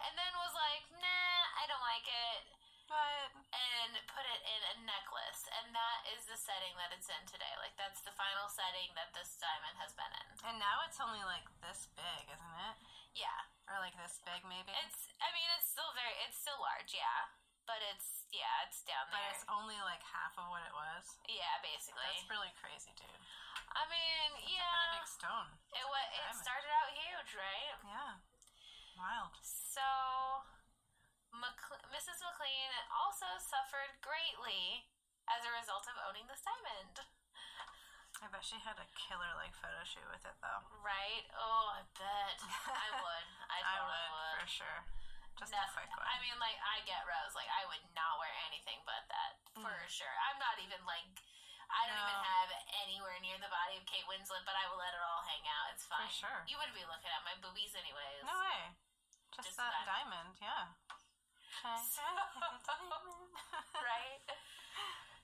S1: And then was like, nah, I don't like it.
S2: But
S1: and put it in a necklace, and that is the setting that it's in today. Like that's the final setting that this diamond has been in.
S2: and now it's only like this big, isn't it?
S1: Yeah,
S2: Or like this big, maybe.
S1: it's. I mean, it's still very. It's still large. Yeah, but it's. Yeah, it's down
S2: but
S1: there.
S2: it's only like half of what it was.
S1: yeah, basically.
S2: That's really crazy, dude.
S1: I mean,
S2: What a
S1: yeah.
S2: big stone.
S1: It wa It
S2: diamond.
S1: started out huge, right?
S2: Yeah. Wild.
S1: So, McLe- Mrs. McLean also suffered greatly as a result of owning this diamond.
S2: I bet she had a killer like photo shoot with it though.
S1: Right? Oh, I bet. I would. I
S2: [laughs] I
S1: totally
S2: would,
S1: would.
S2: for sure. Just a
S1: Nothing.
S2: quick one.
S1: I mean, like I get Rose. Like I would not wear anything but that for
S2: Mm.
S1: sure. I'm not even like I don't even
S2: No.
S1: have anywhere near the body of Kate Winslet, but I will let it all hang out. It's fine.
S2: sure.
S1: You wouldn't be looking at my boobies anyways.
S2: no [laughs] way. Just,
S1: Just
S2: that
S1: that.
S2: diamond, yeah.
S1: [laughs] So-
S2: right.
S1: right?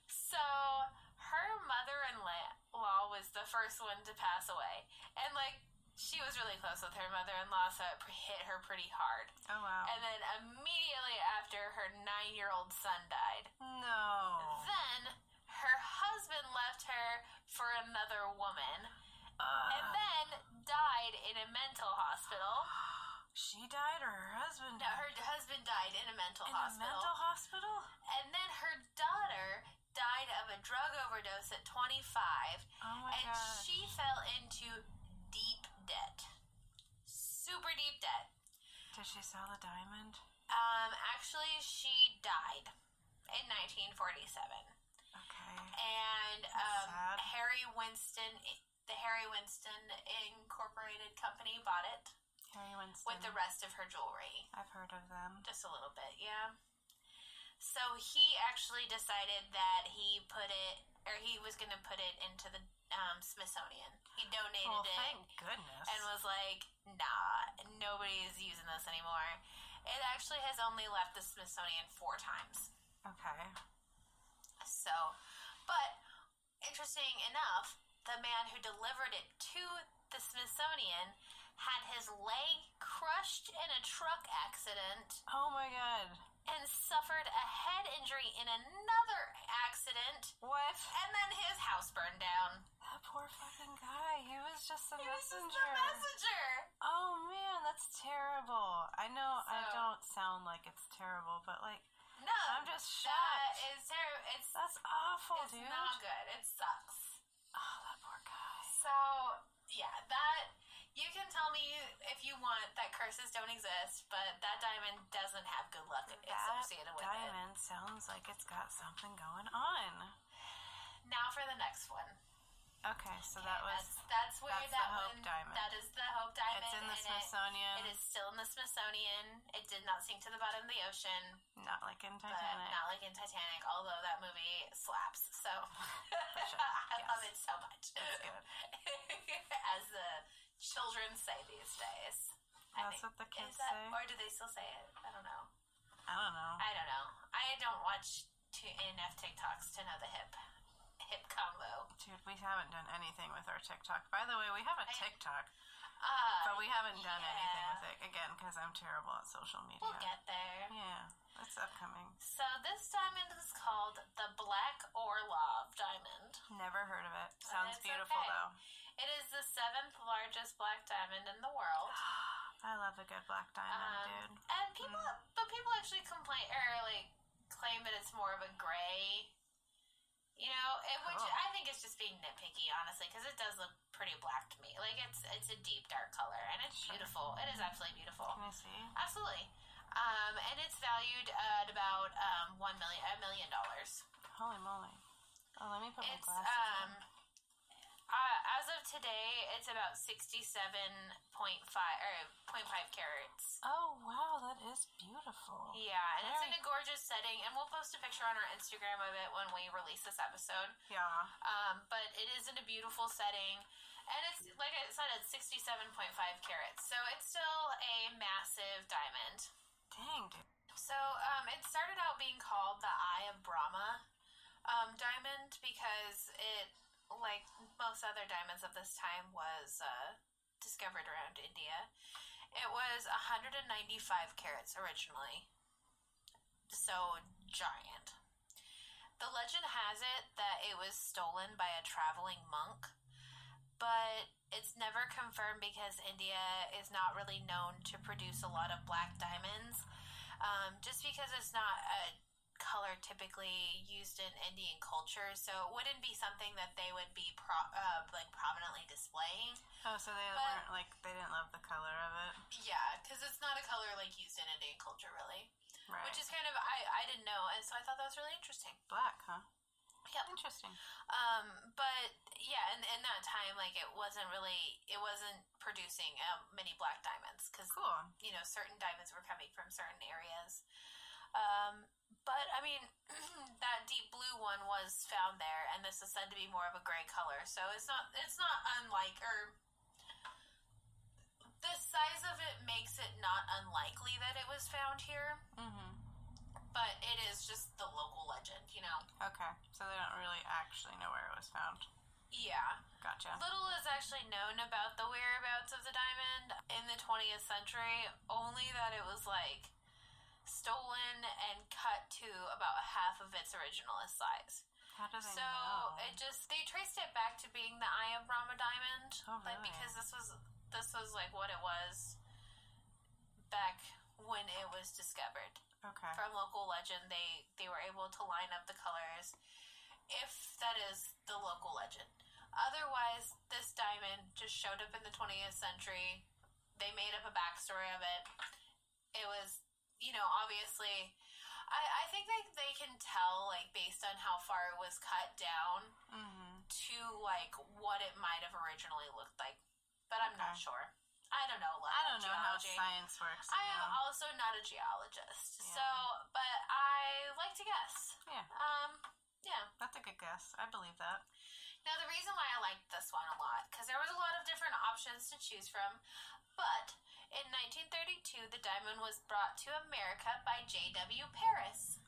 S1: So her mother-in-law was the first one to pass away, and like she was really close with her mother-in-law, so it hit her pretty hard.
S2: Oh wow.
S1: And then immediately after, her nine-year-old son died.
S2: no.
S1: Then her husband left her for another woman and
S2: Ugh.
S1: then died in a mental hospital.
S2: Uh, she died or her husband
S1: No, her husband died in a mental
S2: in a
S1: hospital.
S2: mental hospital?
S1: and then her daughter died of a drug overdose at 25
S2: Oh my
S1: and
S2: god.
S1: she fell into deep debt. Super deep debt.
S2: Did she sell the diamond?
S1: Um actually she died in 1947.
S2: Okay.
S1: and um,
S2: Sad.
S1: Harry Winston, the Harry Winston Incorporated Company bought it
S2: Harry Winston.
S1: with the rest of her jewelry.
S2: I've heard of them.
S1: Just a little bit, yeah. So he actually decided that he put it, or he was going to put it into the um, Smithsonian. He donated
S2: Well,
S1: it
S2: Oh, thank goodness.
S1: and was like, nah, nobody is using this anymore. It actually has only left the Smithsonian four times.
S2: okay.
S1: So, but interesting enough, the man who delivered it to the Smithsonian had his leg crushed in a truck accident
S2: Oh my god.
S1: and suffered a head injury in another accident,
S2: What?
S1: and then his house burned down.
S2: That poor fucking guy. He was just a
S1: He was
S2: messenger.
S1: just the messenger.
S2: Oh man, that's terrible. I know I
S1: So-
S2: don't sound like it's terrible, but like
S1: No,
S2: I'm just
S1: that
S2: shocked.
S1: is terrible. It's
S2: that's awful,
S1: it's
S2: dude.
S1: not good. It sucks.
S2: Oh, that poor guy.
S1: So yeah, that you can tell me if you want that curses don't exist, but that diamond doesn't have good luck associated
S2: That
S1: with it.
S2: diamond sounds like it's got something going on.
S1: Now for the next one.
S2: Okay, so that
S1: And
S2: was
S1: that's, that's where
S2: that's the
S1: that
S2: Hope
S1: one,
S2: Diamond.
S1: That is the hope diamond.
S2: it's in the
S1: and it-
S2: Smithsonian.
S1: It is still in the Smithsonian. It did not sink to the bottom of the ocean,
S2: not like in
S1: but
S2: Titanic.
S1: not like in Titanic, although that movie slaps. So [laughs]
S2: question.
S1: I love
S2: Yes.
S1: it so much.
S2: It's good.
S1: [laughs] As the children say these days. I
S2: That's
S1: think,
S2: what the
S1: is
S2: kids
S1: that,
S2: say.
S1: Or do they still say it? I don't know.
S2: I don't know.
S1: I don't know. I don't watch t- enough TikToks to know the hip hip combo.
S2: Dude, we haven't done anything with our TikTok. By the way, we have a
S1: I-
S2: TikTok,
S1: Uh,
S2: but we haven't done anything
S1: yeah.
S2: with it again because I'm terrible at social media.
S1: We'll get there.
S2: yeah, that's upcoming.
S1: So this diamond is called the Black Orlov diamond.
S2: Never heard of it. Sounds
S1: it's
S2: beautiful
S1: okay.
S2: though.
S1: It is the seventh largest black diamond in the world.
S2: [gasps] I love a good black diamond,
S1: Um,
S2: dude. Mm.
S1: and people, but people actually complain or like claim that it's more of a gray. You know, it, which
S2: Cool.
S1: I think is just being nitpicky, honestly, because it does look pretty black to me. Like it's it's a deep dark color, and it's
S2: Sure.
S1: beautiful. It is absolutely beautiful.
S2: Can you see?
S1: Absolutely. Um, and it's valued at about um, one million a million dollars.
S2: Holy moly! Oh, let me put my
S1: It's
S2: glasses
S1: um,
S2: on.
S1: uh, as of today, it's about sixty-seven point five or point five carats.
S2: Oh wow, that is beautiful.
S1: Yeah, and it's in
S2: Very-
S1: a gorgeous setting, and we'll post a picture on our Instagram of it when we release this episode.
S2: Yeah.
S1: Um, but it is in a beautiful setting, and it's like I said, it's sixty-seven point five carats, so it's still a massive diamond.
S2: Dang, dude.
S1: So um, it started out being called the Eye of Brahma um, diamond because it, like most other diamonds of this time, was uh, discovered around India. It was 195 carats originally, so giant. The legend has it that it was stolen by a traveling monk, but it's never confirmed because India is not really known to produce a lot of black diamonds um, just because it's not a color typically used in Indian culture, so it wouldn't be something that they would be pro- uh, like prominently displaying.
S2: Oh, so they
S1: But-
S2: weren't like they didn't love the color of it,
S1: Yeah, because it's not a color like used in Indian culture, really,
S2: right?
S1: which is kind of I I didn't know, and so I thought that was really interesting.
S2: black, huh?
S1: Yep.
S2: Interesting.
S1: Um, but yeah, and in that time, like it wasn't really it wasn't producing um, many black diamonds because
S2: Cool.
S1: you know certain diamonds were coming from certain areas um, but i mean [clears throat] that deep blue one was found there and this is said to be more of a gray color so it's not it's not unlike or the size of it makes it not unlikely that it was found here
S2: Mhm.
S1: but it is just the local legend you know
S2: Okay, so they don't really actually know where it was found.
S1: yeah
S2: Gotcha.
S1: Little is actually known about the whereabouts of the diamond in the 20th century, only that it was like stolen and cut to about half of its original size.
S2: How do they
S1: So
S2: know?
S1: it just they traced it back to being the Eye of Brahma diamond,
S2: Oh,
S1: like
S2: really?
S1: because this was this was like what it was back when it was discovered
S2: okay.
S1: from local legend. They they were able to line up the colors, if that is the local legend. Otherwise, this diamond just showed up in the 20th century. They made up a backstory of it. It was, you know, obviously, I, I think they, they can tell, like, based on how far it was cut down
S2: Mm-hmm.
S1: to, like, what it might have originally looked like. But I'm not
S2: Okay.
S1: sure. I don't know.
S2: I don't know how
S1: geology.
S2: science works.
S1: I am
S2: you know.
S1: also not a geologist,
S2: Um, Yeah.
S1: so but I like to guess.
S2: Yeah.
S1: Um. Yeah.
S2: That's a good guess. I believe that.
S1: Now the reason why I liked this one a lot because there was a lot of different options to choose from, but in 1932 the diamond was brought to America by J.W. Paris,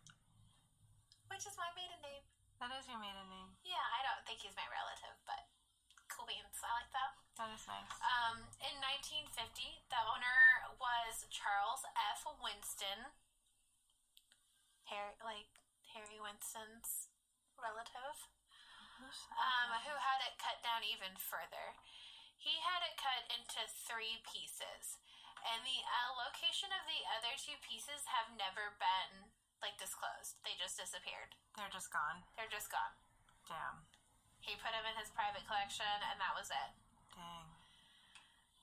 S1: which is my maiden name.
S2: That is your maiden name.
S1: Yeah, I don't think he's my relative, but cool beans. I like that.
S2: That is nice.
S1: Um, in 1950, the owner was Charles F. Winston, Harry, like Harry Winston's relative,
S2: Who's-
S1: um, who had it cut down even further. He had it cut into three pieces, and the allocation of the other two pieces have never been like disclosed. They just disappeared.
S2: They're just gone.
S1: They're just gone.
S2: Damn.
S1: He put them in his private collection, and that was it.
S2: Dang.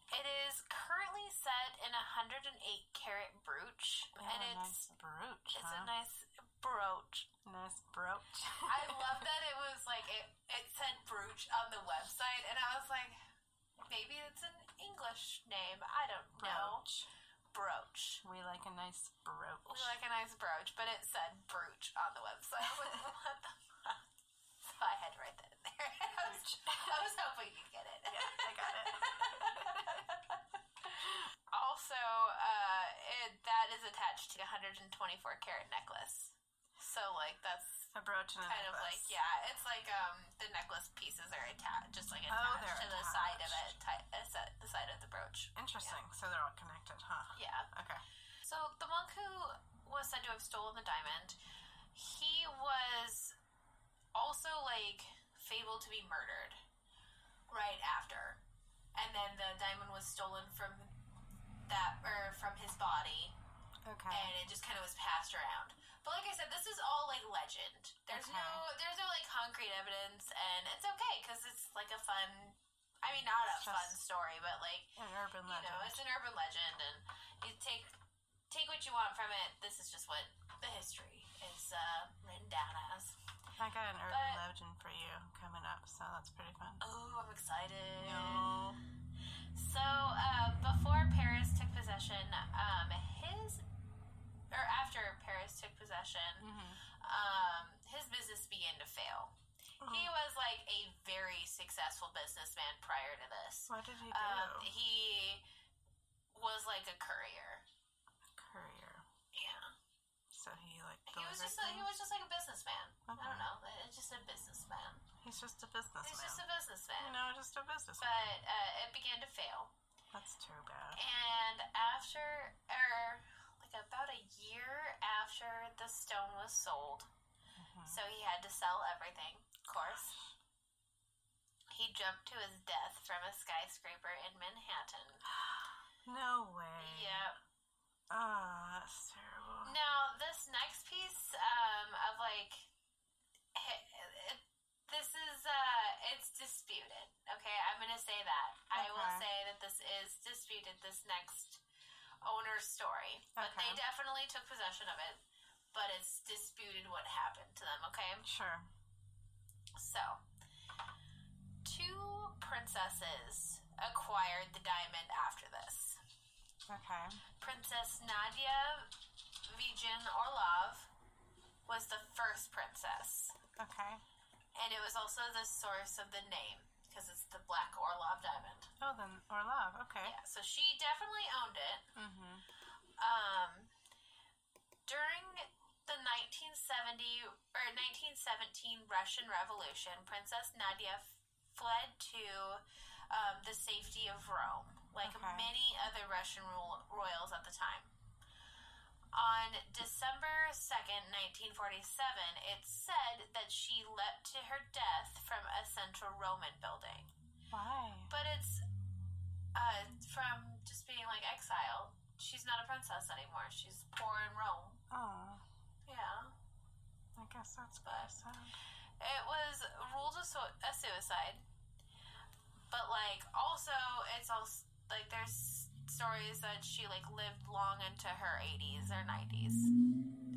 S1: It is currently set in a 108 carat brooch,
S2: They
S1: and
S2: have a
S1: it's
S2: Oh, nice brooch,
S1: it's
S2: huh?
S1: a nice brooch.
S2: nice brooch.
S1: [laughs] I
S2: [laughs]
S1: love that it was like it it said brooch on the website, and I was like, maybe it's an English name. I don't know.
S2: brooch.
S1: Brooch.
S2: We like a nice brooch.
S1: We like a nice [laughs]
S2: [laughs]
S1: brooch, but it said brooch on the website. I was like, what the fuck? So I had to write that in there. [laughs] uh, 124 carat necklace. So like that's
S2: A brooch and a
S1: kind of like
S2: necklace.
S1: yeah, it's like um the necklace pieces are attached, just like attached
S2: Oh,
S1: to
S2: they're
S1: the side of it,
S2: attached.
S1: ti- uh, si- the side of the brooch.
S2: Interesting. So they're all connected, huh?
S1: Yeah.
S2: Okay.
S1: So the monk who was said to have stolen the diamond, he was also like fabled to be murdered right after. And then the diamond was stolen from that or from his body
S2: Okay.
S1: and it just kind of was passed around. But like I said, this is all like legend. There's no
S2: Okay.
S1: there's no like concrete evidence and it's okay cuz it's like a fun I mean not a
S2: It's
S1: fun
S2: just-
S1: story, but like
S2: An urban
S1: you know,
S2: legend.
S1: it's an urban legend, and you take take what you want from it. This is just what the history is uh, written down as.
S2: I got an urban
S1: but-
S2: legend for you coming up, so that's pretty fun.
S1: Oh, I'm excited. Uh, So uh, before Paris took possession, um, his or after Paris took possession,
S2: Mm-hmm.
S1: um, his business began to fail. He was like a very successful businessman prior to this.
S2: What did he do?
S1: Um, he was like a courier.
S2: Courier.
S1: Yeah.
S2: So he like
S1: He was
S2: delivered
S1: just a, he
S2: things?
S1: was just like a businessman. I
S2: Okay.
S1: don't know. It's just a businessman.
S2: He's just a
S1: He's
S2: businessman.
S1: just a businessman.
S2: you know, just a businessman.
S1: But uh, it began to fail,
S2: That's too bad.
S1: and after or like about a year after the stone was sold,
S2: Mhm.
S1: so he had to sell everything. Of course, he jumped to his death from a skyscraper in Manhattan.
S2: No way.
S1: Yep.
S2: Oh, that's terrible.
S1: Now, this next piece um, of like, h- it, this is uh, it's disputed. Okay, I'm gonna say that. I will
S2: Okay.
S1: say that this is disputed. This next owner's story, but they
S2: Okay.
S1: definitely took possession of it. But it's disputed what happened to them. Okay,
S2: Sure.
S1: so two princesses acquired the diamond after this.
S2: Okay.
S1: Princess Nadia Vigen Orlov was the first princess,
S2: Okay.
S1: and it was also the source of the name because it's the Black Orlov diamond.
S2: Oh, then or love. Okay.
S1: Yeah, so she definitely owned it.
S2: Mm-hmm.
S1: Um, during the 1970 or 1917 Russian Revolution, Princess Nadia f- fled to um, the safety of Rome, like
S2: Okay.
S1: many other Russian ro- royals at the time. On December 2nd, 1947, it's said that she leapt to her death from a central Roman building.
S2: Why?
S1: But it's uh, from just being like exiled. She's not a princess anymore. She's poor in Rome.
S2: Oh,
S1: Yeah.
S2: I guess that's
S1: But-
S2: pretty sad.
S1: It was ruled a, su- a suicide. But like also it's also like there's stories that she like lived long into her 80s or 90s.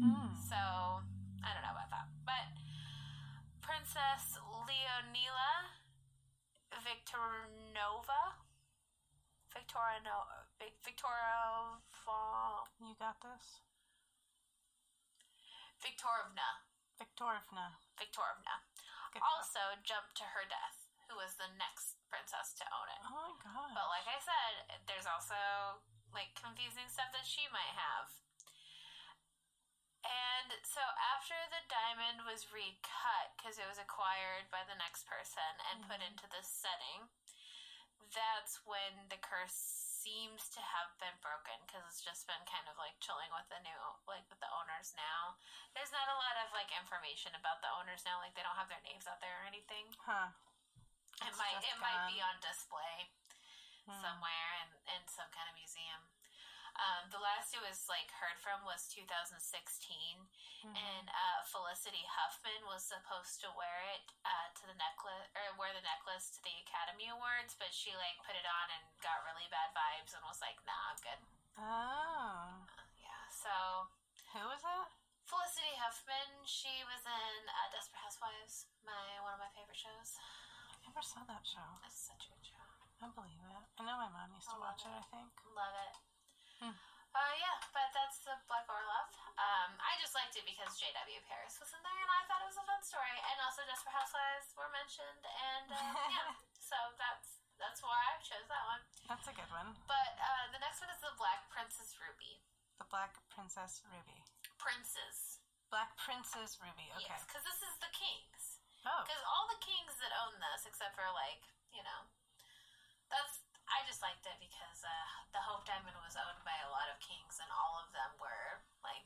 S2: Mm.
S1: So I don't know about that. But Princess Leonila Victorinova, Victorino, Vic- Victorova,
S2: You got this,
S1: Victorovna,
S2: Victorovna.
S1: Victorovna,
S2: Good job.
S1: also jumped to her death. Who was the next princess to own it?
S2: Oh my god.
S1: But like I said, there's also like confusing stuff that she might have. And so after the diamond was recut because it was acquired by the next person and put
S2: Mhm.
S1: into this setting, that's when the curse seems to have been broken because it's just been kind of like chilling with the new like with the owners now. There's not a lot of like information about the owners now, like they don't have their names out there or anything.
S2: huh.
S1: It
S2: It's
S1: might
S2: just
S1: it might be
S2: gone.
S1: on display
S2: Mm.
S1: somewhere in, in some kind of museum. Um, the last it was like heard from was 2016,
S2: Mhm.
S1: and uh, Felicity Huffman was supposed to wear it uh, to the necklace or wear the necklace to the Academy Awards, but she like put it on and got really bad vibes and was like, "Nah, I'm good."
S2: Oh,
S1: Yeah, so
S2: who was it?
S1: Felicity Huffman, she was in uh, Desperate Housewives, my one of my favorite shows.
S2: I never saw that show.
S1: That's such a good show.
S2: I believe it. I know my mom used to
S1: I love
S2: watch it.
S1: it.
S2: I think.
S1: Love it.
S2: Hmm.
S1: Uh, yeah, but that's the Black Orlov. Um, I just liked it because J.W. Paris was in there, and I thought it was a fun story. And also, Desperate Housewives were mentioned, and
S2: [laughs]
S1: uh, yeah, so that's that's why I chose that one.
S2: That's a good one.
S1: But uh, the next one is the Black Princess Ruby.
S2: the Black Princess Ruby.
S1: Princes.
S2: Black Princess Ruby. Okay.
S1: Yes, because this is the kings.
S2: Oh,
S1: Because all the kings that own this, except for like you know, that's I just liked it because uh, the Hope Diamond was owned by a lot of kings, and all of them were like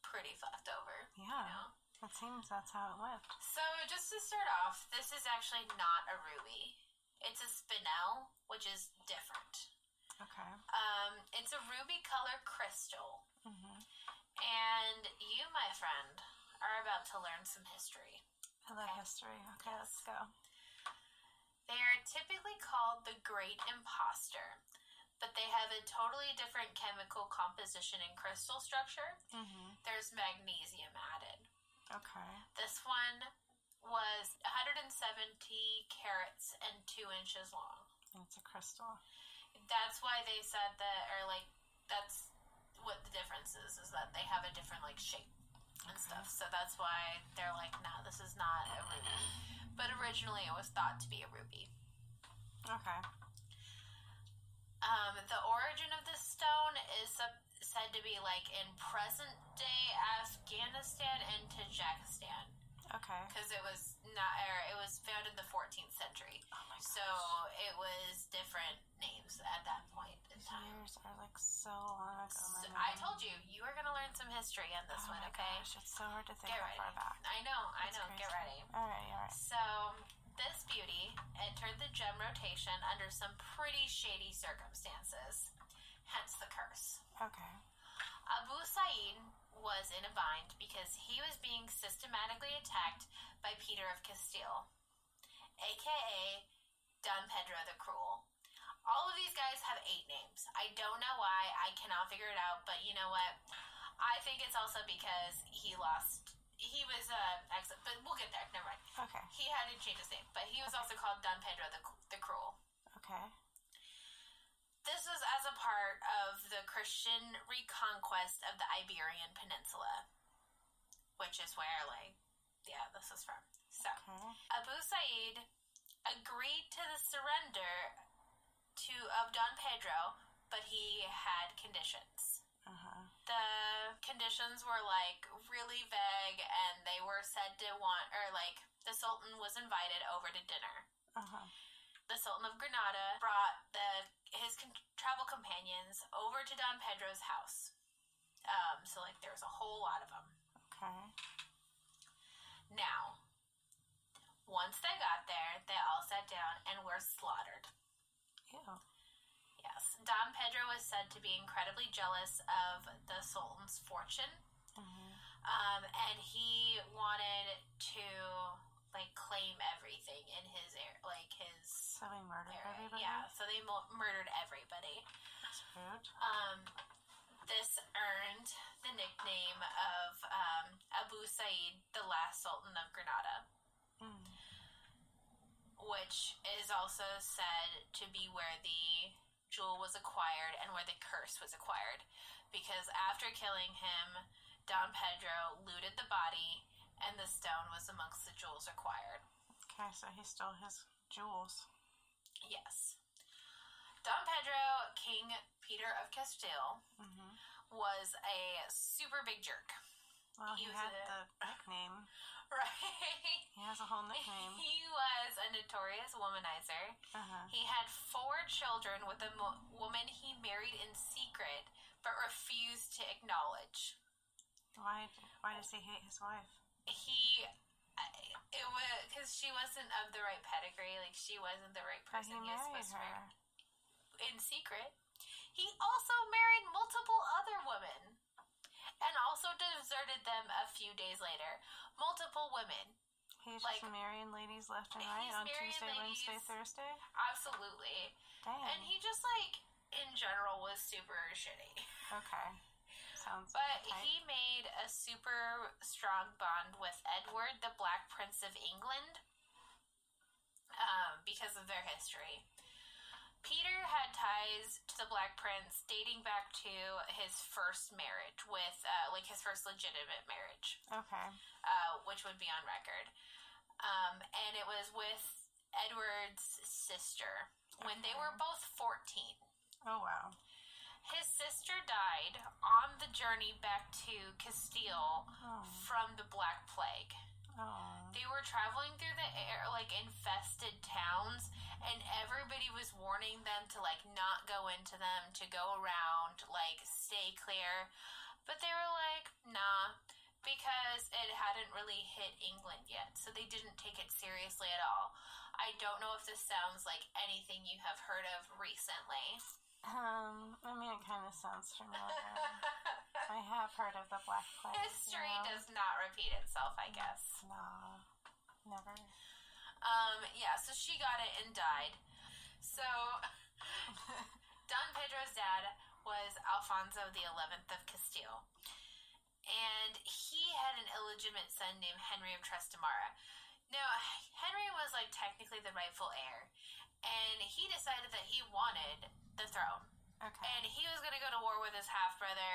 S1: pretty fucked over. You
S2: yeah.
S1: know.
S2: It seems that's how it went.
S1: So just to start off, this is actually not a ruby. It's a spinel, which is different.
S2: Okay.
S1: Um, it's a ruby color crystal,
S2: hmm
S1: and you, my friend, are about to learn some history.
S2: I love
S1: Okay.
S2: history. Okay, let's go.
S1: They are typically called the Great Imposter, but they have a totally different chemical composition and crystal structure.
S2: hmm
S1: There's magnesium added.
S2: Okay.
S1: This one was 170 carats and two inches long.
S2: And it's a crystal.
S1: That's why they said that, or like, that's what the difference is, is that they have a different like shape and stuff. So that's why they're like, nah, this is not a ruby. But originally, it was thought to be a ruby.
S2: Okay.
S1: Um, the origin of this stone is sup- said to be like in present day Afghanistan and Tajikistan
S2: Okay.
S1: because it was not or it was found in the 14th century.
S2: Oh my
S1: So it was different names at that point in
S2: These
S1: time.
S2: years are like so long ago.
S1: So
S2: Oh my
S1: I
S2: man.
S1: told you you were gonna learn some history on this
S2: oh
S1: one.
S2: my
S1: okay?
S2: gosh, it's so hard to think
S1: Get
S2: how
S1: ready.
S2: far back.
S1: I know, I
S2: That's
S1: know. Get
S2: crazy.
S1: ready.
S2: All right, all right.
S1: So this beauty entered the gem rotation under some pretty shady circumstances, hence the curse.
S2: Okay.
S1: Abu Sa'id was in a bind because he was being systematically attacked by Peter of Castile, aka Don Pedro the Cruel. All of these guys have eight names. I don't know why. I cannot figure it out, but you know what? I think it's also because he lost. He was uh, ex- but we'll get there. Never mind.
S2: Okay.
S1: He had to change his name, but he was also called Don Pedro the the Cruel.
S2: Okay.
S1: This was as a part of the Christian reconquest of the Iberian Peninsula, which is where, like, yeah, this is from. So,
S2: Okay.
S1: Abu Sa'id agreed to the surrender to of Don Pedro, but he had conditions.
S2: Uh huh.
S1: The conditions were like really vague, and they were said to want, or like, the Sultan was invited over to dinner
S2: Uh huh.
S1: the Sultan of Granada brought the his con- travel companions over to Don Pedro's house. Um, so like there was a whole lot of them.
S2: Okay.
S1: Now, once they got there, they all sat down and were slaughtered.
S2: Ew.
S1: Yes, Don Pedro was said to be incredibly jealous of the Sultan's fortune,
S2: hmm
S1: um, and he wanted to like claim everything in his air, like his
S2: So we murdered
S1: area.
S2: everybody.
S1: Yeah, so they mo- murdered everybody.
S2: That's rude.
S1: Um, this earned the nickname of um, Abu Sa'id, the last Sultan of Granada,
S2: Mm.
S1: which is also said to be where the jewel was acquired and where the curse was acquired. Because after killing him, Don Pedro looted the body and the stone was amongst the jewels acquired.
S2: Okay, so he stole his jewels.
S1: Yes. Don Pedro, King Peter of Castile,
S2: hmm
S1: was a super big jerk. [laughs]
S2: Well,
S1: He
S2: he,
S1: was
S2: had
S1: a-
S2: the nickname.
S1: Right?
S2: He has a whole nickname.
S1: [laughs] He was a notorious womanizer.
S2: Uh huh.
S1: He had four children with a mo- woman he married in secret but refused to acknowledge.
S2: Why? Why does he hate his wife?
S1: He, I- it was because she wasn't of the right pedigree. Like she wasn't the right
S2: But he
S1: person he, was
S2: married
S1: supposed to
S2: her.
S1: marry in secret. He also married multiple other women, and also deserted them a few days later. Multiple women.
S2: He's
S1: Like-
S2: just marrying ladies left and
S1: He's
S2: right on
S1: marrying
S2: Tuesday, Wednesday,
S1: ladies.
S2: Thursday.
S1: Absolutely.
S2: Dang.
S1: And he just like in general was super shitty. [laughs]
S2: okay. Sounds.
S1: But
S2: okay.
S1: he made a super strong bond with Edward, the Black Prince of England, um, because of their history. Peter had ties to the Black Prince dating back to his first marriage with, uh, like, his first legitimate marriage,
S2: Okay.
S1: uh, which would be on record. Um, and it was with Edward's sister when they were both 14.
S2: Oh wow.
S1: His sister died on the journey back to Castile
S2: Oh.
S1: from the Black Plague.
S2: Oh.
S1: They were traveling through the air, like infested towns, and everybody was warning them to like not go into them, to go around, like stay clear. But they were like, nah, because it hadn't really hit England yet, so they didn't take it seriously at all. I don't know if this sounds like anything you have heard of recently. [laughs]
S2: Um, I mean, it kind of sounds
S1: [laughs]
S2: familiar. I have heard of the Black Plague.
S1: History
S2: yeah.
S1: does not repeat itself, I guess.
S2: No,
S1: [laughs]
S2: never.
S1: Um, yeah, so she got it and died. So Don Pedro's dad was Alfonso the Eleventh of Castile, and he had an illegitimate son named Henry of Trastamara. Now Henry was like technically the rightful heir, and he decided that he wanted the throne,
S2: Okay.
S1: and he was going to go to war with his half brother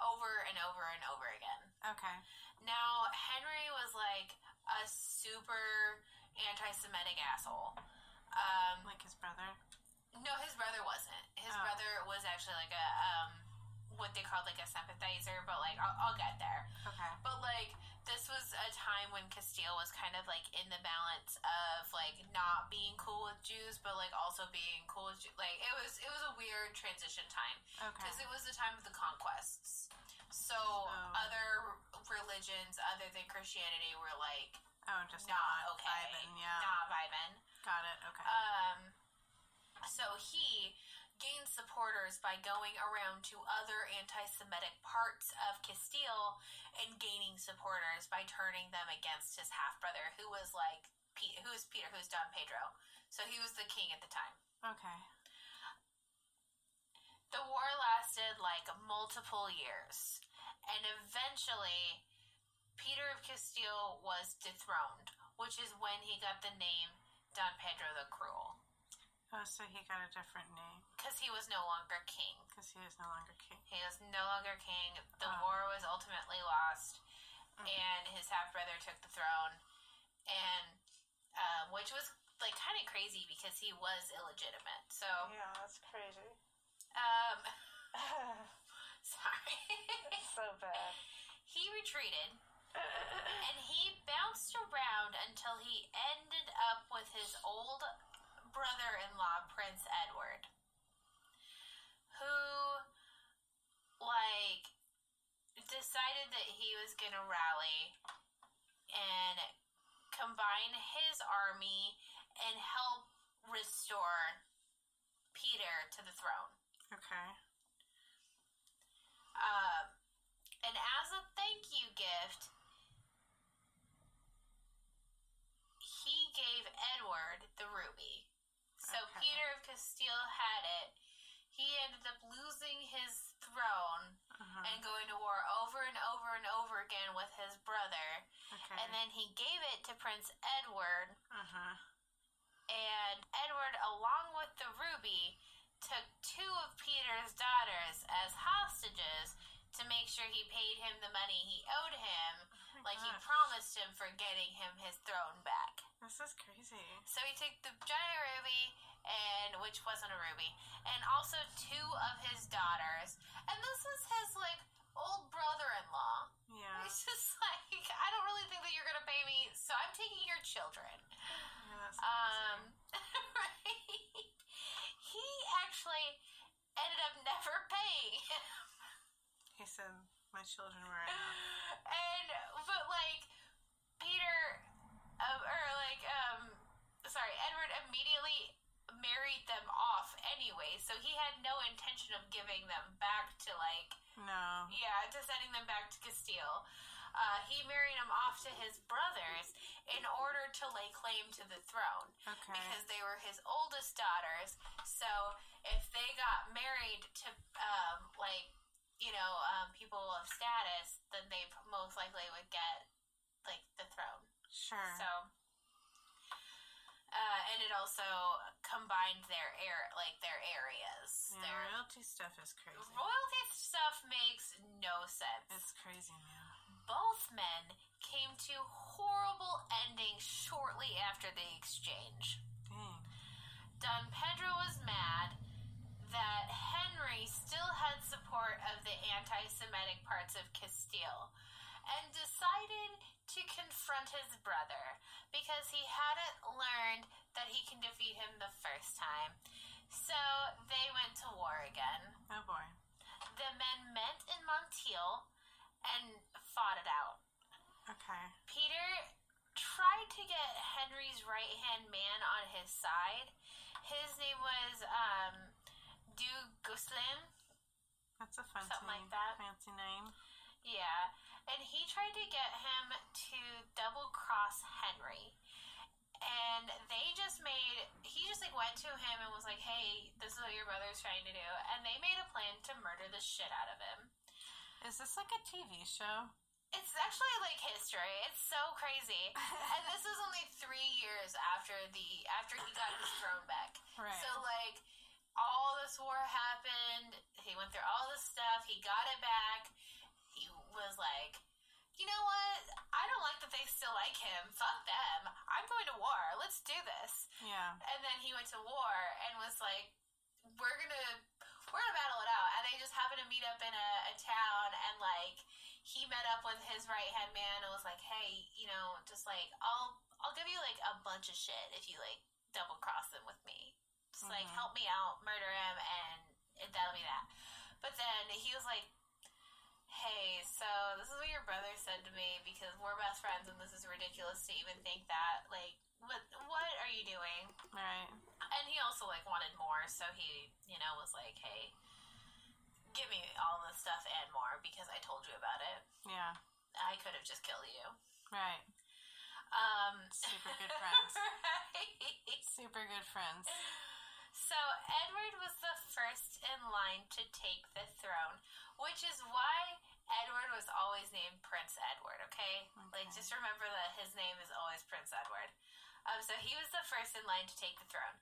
S1: over and over and over again.
S2: Okay.
S1: Now, Henry was like a super anti Semitic asshole. Um,
S2: Like his brother.
S1: no, his brother wasn't. His
S2: Oh.
S1: brother was actually like a, um, what they called like a sympathizer, but like, I'll, I'll get there.
S2: Okay.
S1: But like, this was a time when Castile was kind of like in the balance of like not being cool with Jews, but like also being cool with Jews. Like, it was, it was a weird transition time
S2: Okay.
S1: because it was the time of the conquests. So
S2: Oh.
S1: other religions other than Christianity were like
S2: oh, just
S1: not
S2: not
S1: okay,
S2: vibing. Yeah.
S1: not vibing.
S2: Got it. Okay.
S1: Um, so he gained supporters by going around to other anti-Semitic parts of Castile and gaining supporters by turning them against his half brother, who was like Pe- who was Peter, who's Don Pedro. So he was the king at the time.
S2: okay.
S1: The war lasted like multiple years, and eventually, Peter of Castile was dethroned, which is when he got the name Don Pedro the Cruel,
S2: Oh, so he got a different name
S1: because he was no longer king.
S2: because he is no longer king.
S1: He was no longer king. The
S2: Ah.
S1: war was ultimately lost,
S2: Mm.
S1: and his half brother took the throne, and um, which was like kind of crazy because he was illegitimate. So,
S2: Yeah, that's crazy.
S1: [laughs] um, [laughs] sorry.
S2: so bad.
S1: he retreated. and he bounced around until he ended up with his old brother in law, Prince Edward, who, like, decided that he was going to rally and combine his army and help restore Peter to the throne.
S2: [laughs] okay.
S1: Um, and as a thank you gift, he gave Edward the ruby. So
S2: Okay.
S1: Peter of Castile had it. He ended up losing his throne
S2: Uh-huh.
S1: and going to war over and over and over again with his brother.
S2: okay.
S1: And then he gave it to Prince Edward,
S2: uh huh.
S1: and Edward, along with the ruby, took two of Peter's daughters as hostages to make sure he paid him the money he owed him, like he promised him for getting him his throne back.
S2: This is crazy.
S1: So he took the giant ruby, and which wasn't a ruby, and also two of his daughters, and this is his like old brother-in-law.
S2: Yeah.
S1: He's just [laughs] like, I don't really think that you're gonna pay me, so I'm taking your children.
S2: Yeah, that's crazy.
S1: Um, [laughs] right? He actually ended up never paying [laughs] him.
S2: He said, "My children were out."
S1: And, but like, Peter, um, or like, um, sorry, Edward immediately married them off anyway, so he had no intention of giving them back to like, [laughs]
S2: No.
S1: yeah, to sending them back to Castile. Uh, he married them off to his brothers in order to lay claim to the throne.
S2: Okay.
S1: because they were his oldest daughters. So if they got married to um, like you know um, people of status, then they p- most likely would get like the throne.
S2: sure.
S1: So. Uh, and it also combined their air, like their areas.
S2: yeah,
S1: Their
S2: royalty stuff is crazy.
S1: royalty stuff makes no sense.
S2: It's crazy, man.
S1: Both men came to horrible endings shortly after the exchange.
S2: Dang.
S1: Don Pedro was mad that Henry still had support of the anti Semitic parts of Castile and decided to confront his brother because he hadn't learned that he can defeat him the first time. So they went to war again.
S2: Oh boy.
S1: The men met in Montiel and fought it out.
S2: Okay.
S1: Peter tried to get Henry's right hand man on his side. His name was um, Du Guslin.
S2: That's a fancy,
S1: Something like that.
S2: fancy name.
S1: Yeah, and he tried to get him to double cross Henry. And they just made, he just like went to him and was like, hey, this is what your brother's trying to do. And they made a plan to murder the shit out of him.
S2: Is this like a TV
S1: [laughs]
S2: show?
S1: It's actually like history. It's so crazy. and this was only three years after the after he got his throne back.
S2: Right.
S1: So like all this war happened. He went through all this stuff. He got it back. He was like, you know what? I don't like that they still like him. Fuck them. I'm going to war. Let's do this.
S2: yeah.
S1: And then he went to war and was like, we're gonna we're gonna battle it out. And they just happened to meet up in a, a town and like he met up with his right hand man and was like, hey, you know, just like I'll I'll give you like a bunch of shit if you like double cross them with me. Just like
S2: Mhm.
S1: help me out, murder him, and it, that'll be that. But then he was like, hey, so this is what your brother said to me because we're best friends and this is ridiculous to even think that. Like, what what are you doing?
S2: Right.
S1: and he also like wanted more so he you know was like hey give me all this stuff and more because i told you about it
S2: Yeah.
S1: i could have just killed you
S2: Right.
S1: um
S2: Super
S1: [laughs]
S2: good friends.
S1: right?
S2: Super good friends.
S1: so edward was the first in line to take the throne which is why edward was always named prince edward okay, like
S2: Okay.
S1: just remember that his name is always prince edward um, so he was the first in line to take the throne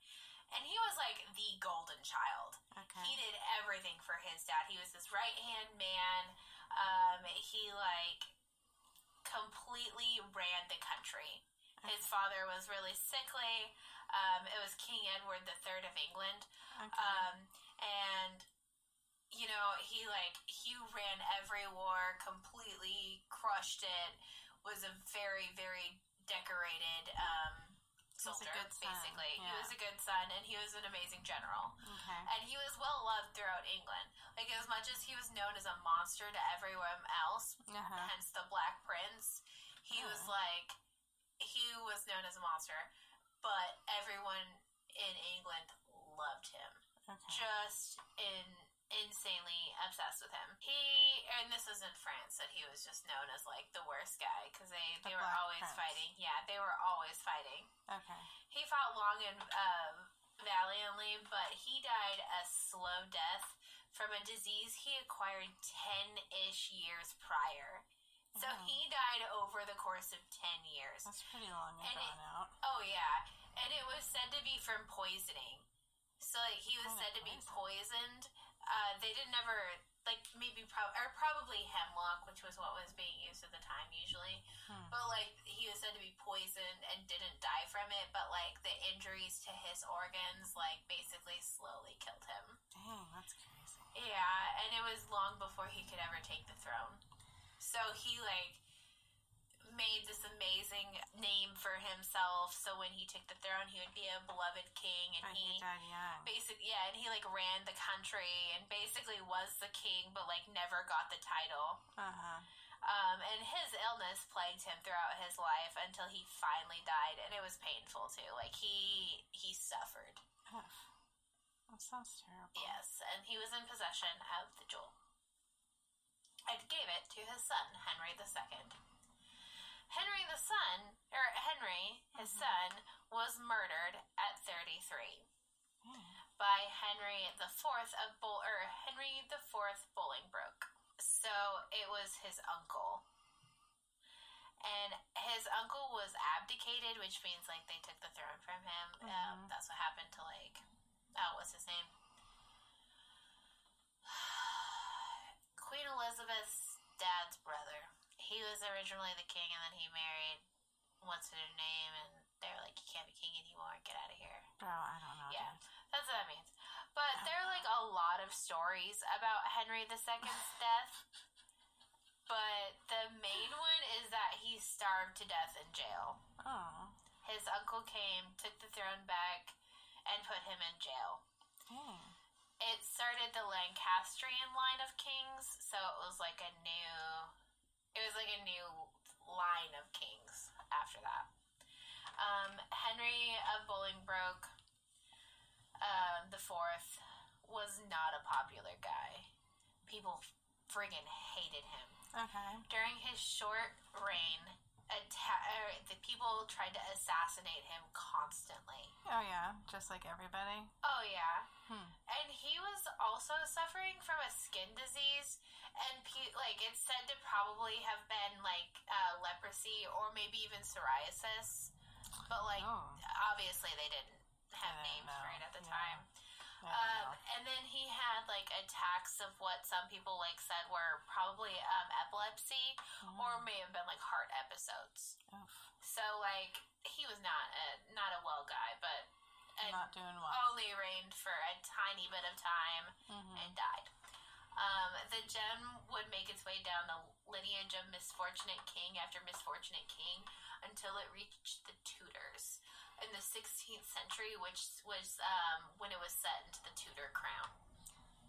S1: and he was like the golden child He
S2: Okay.
S1: did everything for his dad. He was his right hand man. Um, he like completely ran the country. His father was really sickly. Um, it was King Edward the Third of England,
S2: Okay.
S1: um, and you know he like he ran every war, completely crushed it. Was a very very decorated um,
S2: He was a
S1: soldier.
S2: good son,
S1: Basically, he
S2: yeah.
S1: was a good son, and he was an amazing general
S2: Okay.
S1: and he was well loved throughout England. Like as much as he was known as a monster to everyone else,
S2: Uh-huh.
S1: hence the Black Prince, he was like he was known as a monster, but everyone in England loved him.
S2: Uh-huh. Okay.
S1: Just in insanely obsessed with him. He and this was in France that he was just known as like the worst guy because they
S2: The
S1: they were
S2: Black
S1: always
S2: Prince.
S1: fighting. Yeah, they were always fighting.
S2: Okay.
S1: He fought long and um, valiantly, but he died a slow death from a disease he acquired 10 ish years prior. So
S2: Wow.
S1: he died over the course of 10 years.
S2: That's pretty long
S1: And
S2: ago
S1: it-
S2: now.
S1: Oh, yeah. And it was said to be from poisoning. So, like, he was
S2: Kinda
S1: said to be poisoned. Uh, they didn't ever, like, maybe, prob or probably hemlock, which was what was being used at the time usually.
S2: Hmm.
S1: But like he was said to be poisoned and didn't die from it, but like the injuries to his organs like basically slowly killed him.
S2: Dang, that's crazy.
S1: Yeah, and it was long before he could ever take the throne. So he like made this amazing name for himself. So when he took the throne, he would be a beloved king and
S2: But
S1: he
S2: he died young.
S1: basically yeah, and he like ran the country and basically was the king but like never got the title.
S2: Uh huh.
S1: Um, and his illness plagued him throughout his life until he finally died, and it was painful too. Like he he suffered.
S2: Ugh. That sounds terrible.
S1: Yes, and he was in possession of the jewel. And gave it to his son, Henry the Second. Henry the son, or Henry, his son, was murdered at thirty-three
S2: Yeah.
S1: by Henry the Fourth of Bull or Henry the Fourth Bolingbroke. So it was his uncle. And his uncle was abdicated, which means like they took the throne from him. Um,
S2: Mhm.
S1: that's what happened to like, oh, what's his name? [sighs] Queen Elizabeth's dad's brother. He was originally the king, and then he married what's her name, and they're like, "You can't be king anymore. Get out of here."
S2: Bro, I don't know.
S1: Yeah.
S2: dude.
S1: That's what that means. But they're like all a lot of stories about Henry II's death, but the main one is that he starved to death in jail.
S2: Oh,
S1: His uncle came, took the throne back, and put him in jail.
S2: dang.
S1: It started the Lancastrian line of kings, so it was like a new it was like a new line of kings after that. Um, Henry of Bolingbroke um, the fourth was not a popular guy. People friggin' hated him.
S2: Okay.
S1: During his short reign, atta- er, the people tried to assassinate him constantly.
S2: Oh yeah, just like everybody.
S1: Oh yeah,
S2: Hmm.
S1: and he was also suffering from a skin disease, and pe- like it's said to probably have been like uh, leprosy or maybe even psoriasis, but like uh,
S2: Oh.
S1: obviously they didn't have
S2: I don't
S1: names for
S2: know.
S1: it at the
S2: Yeah.
S1: time.
S2: I don't
S1: Um,
S2: know.
S1: and then he had like attacks of what some people like said were probably um, epilepsy or may have been like heart episodes.
S2: Hmm. Oof.
S1: So like he was not a not a well guy, but and
S2: not doing well.
S1: only reigned for a tiny bit of time
S2: Mhm.
S1: and died. Um, the gem would make its way down the lineage of misfortunate king after misfortunate king until it reached the Tudors in the 16th century, which was um, when it was set into the Tudor crown.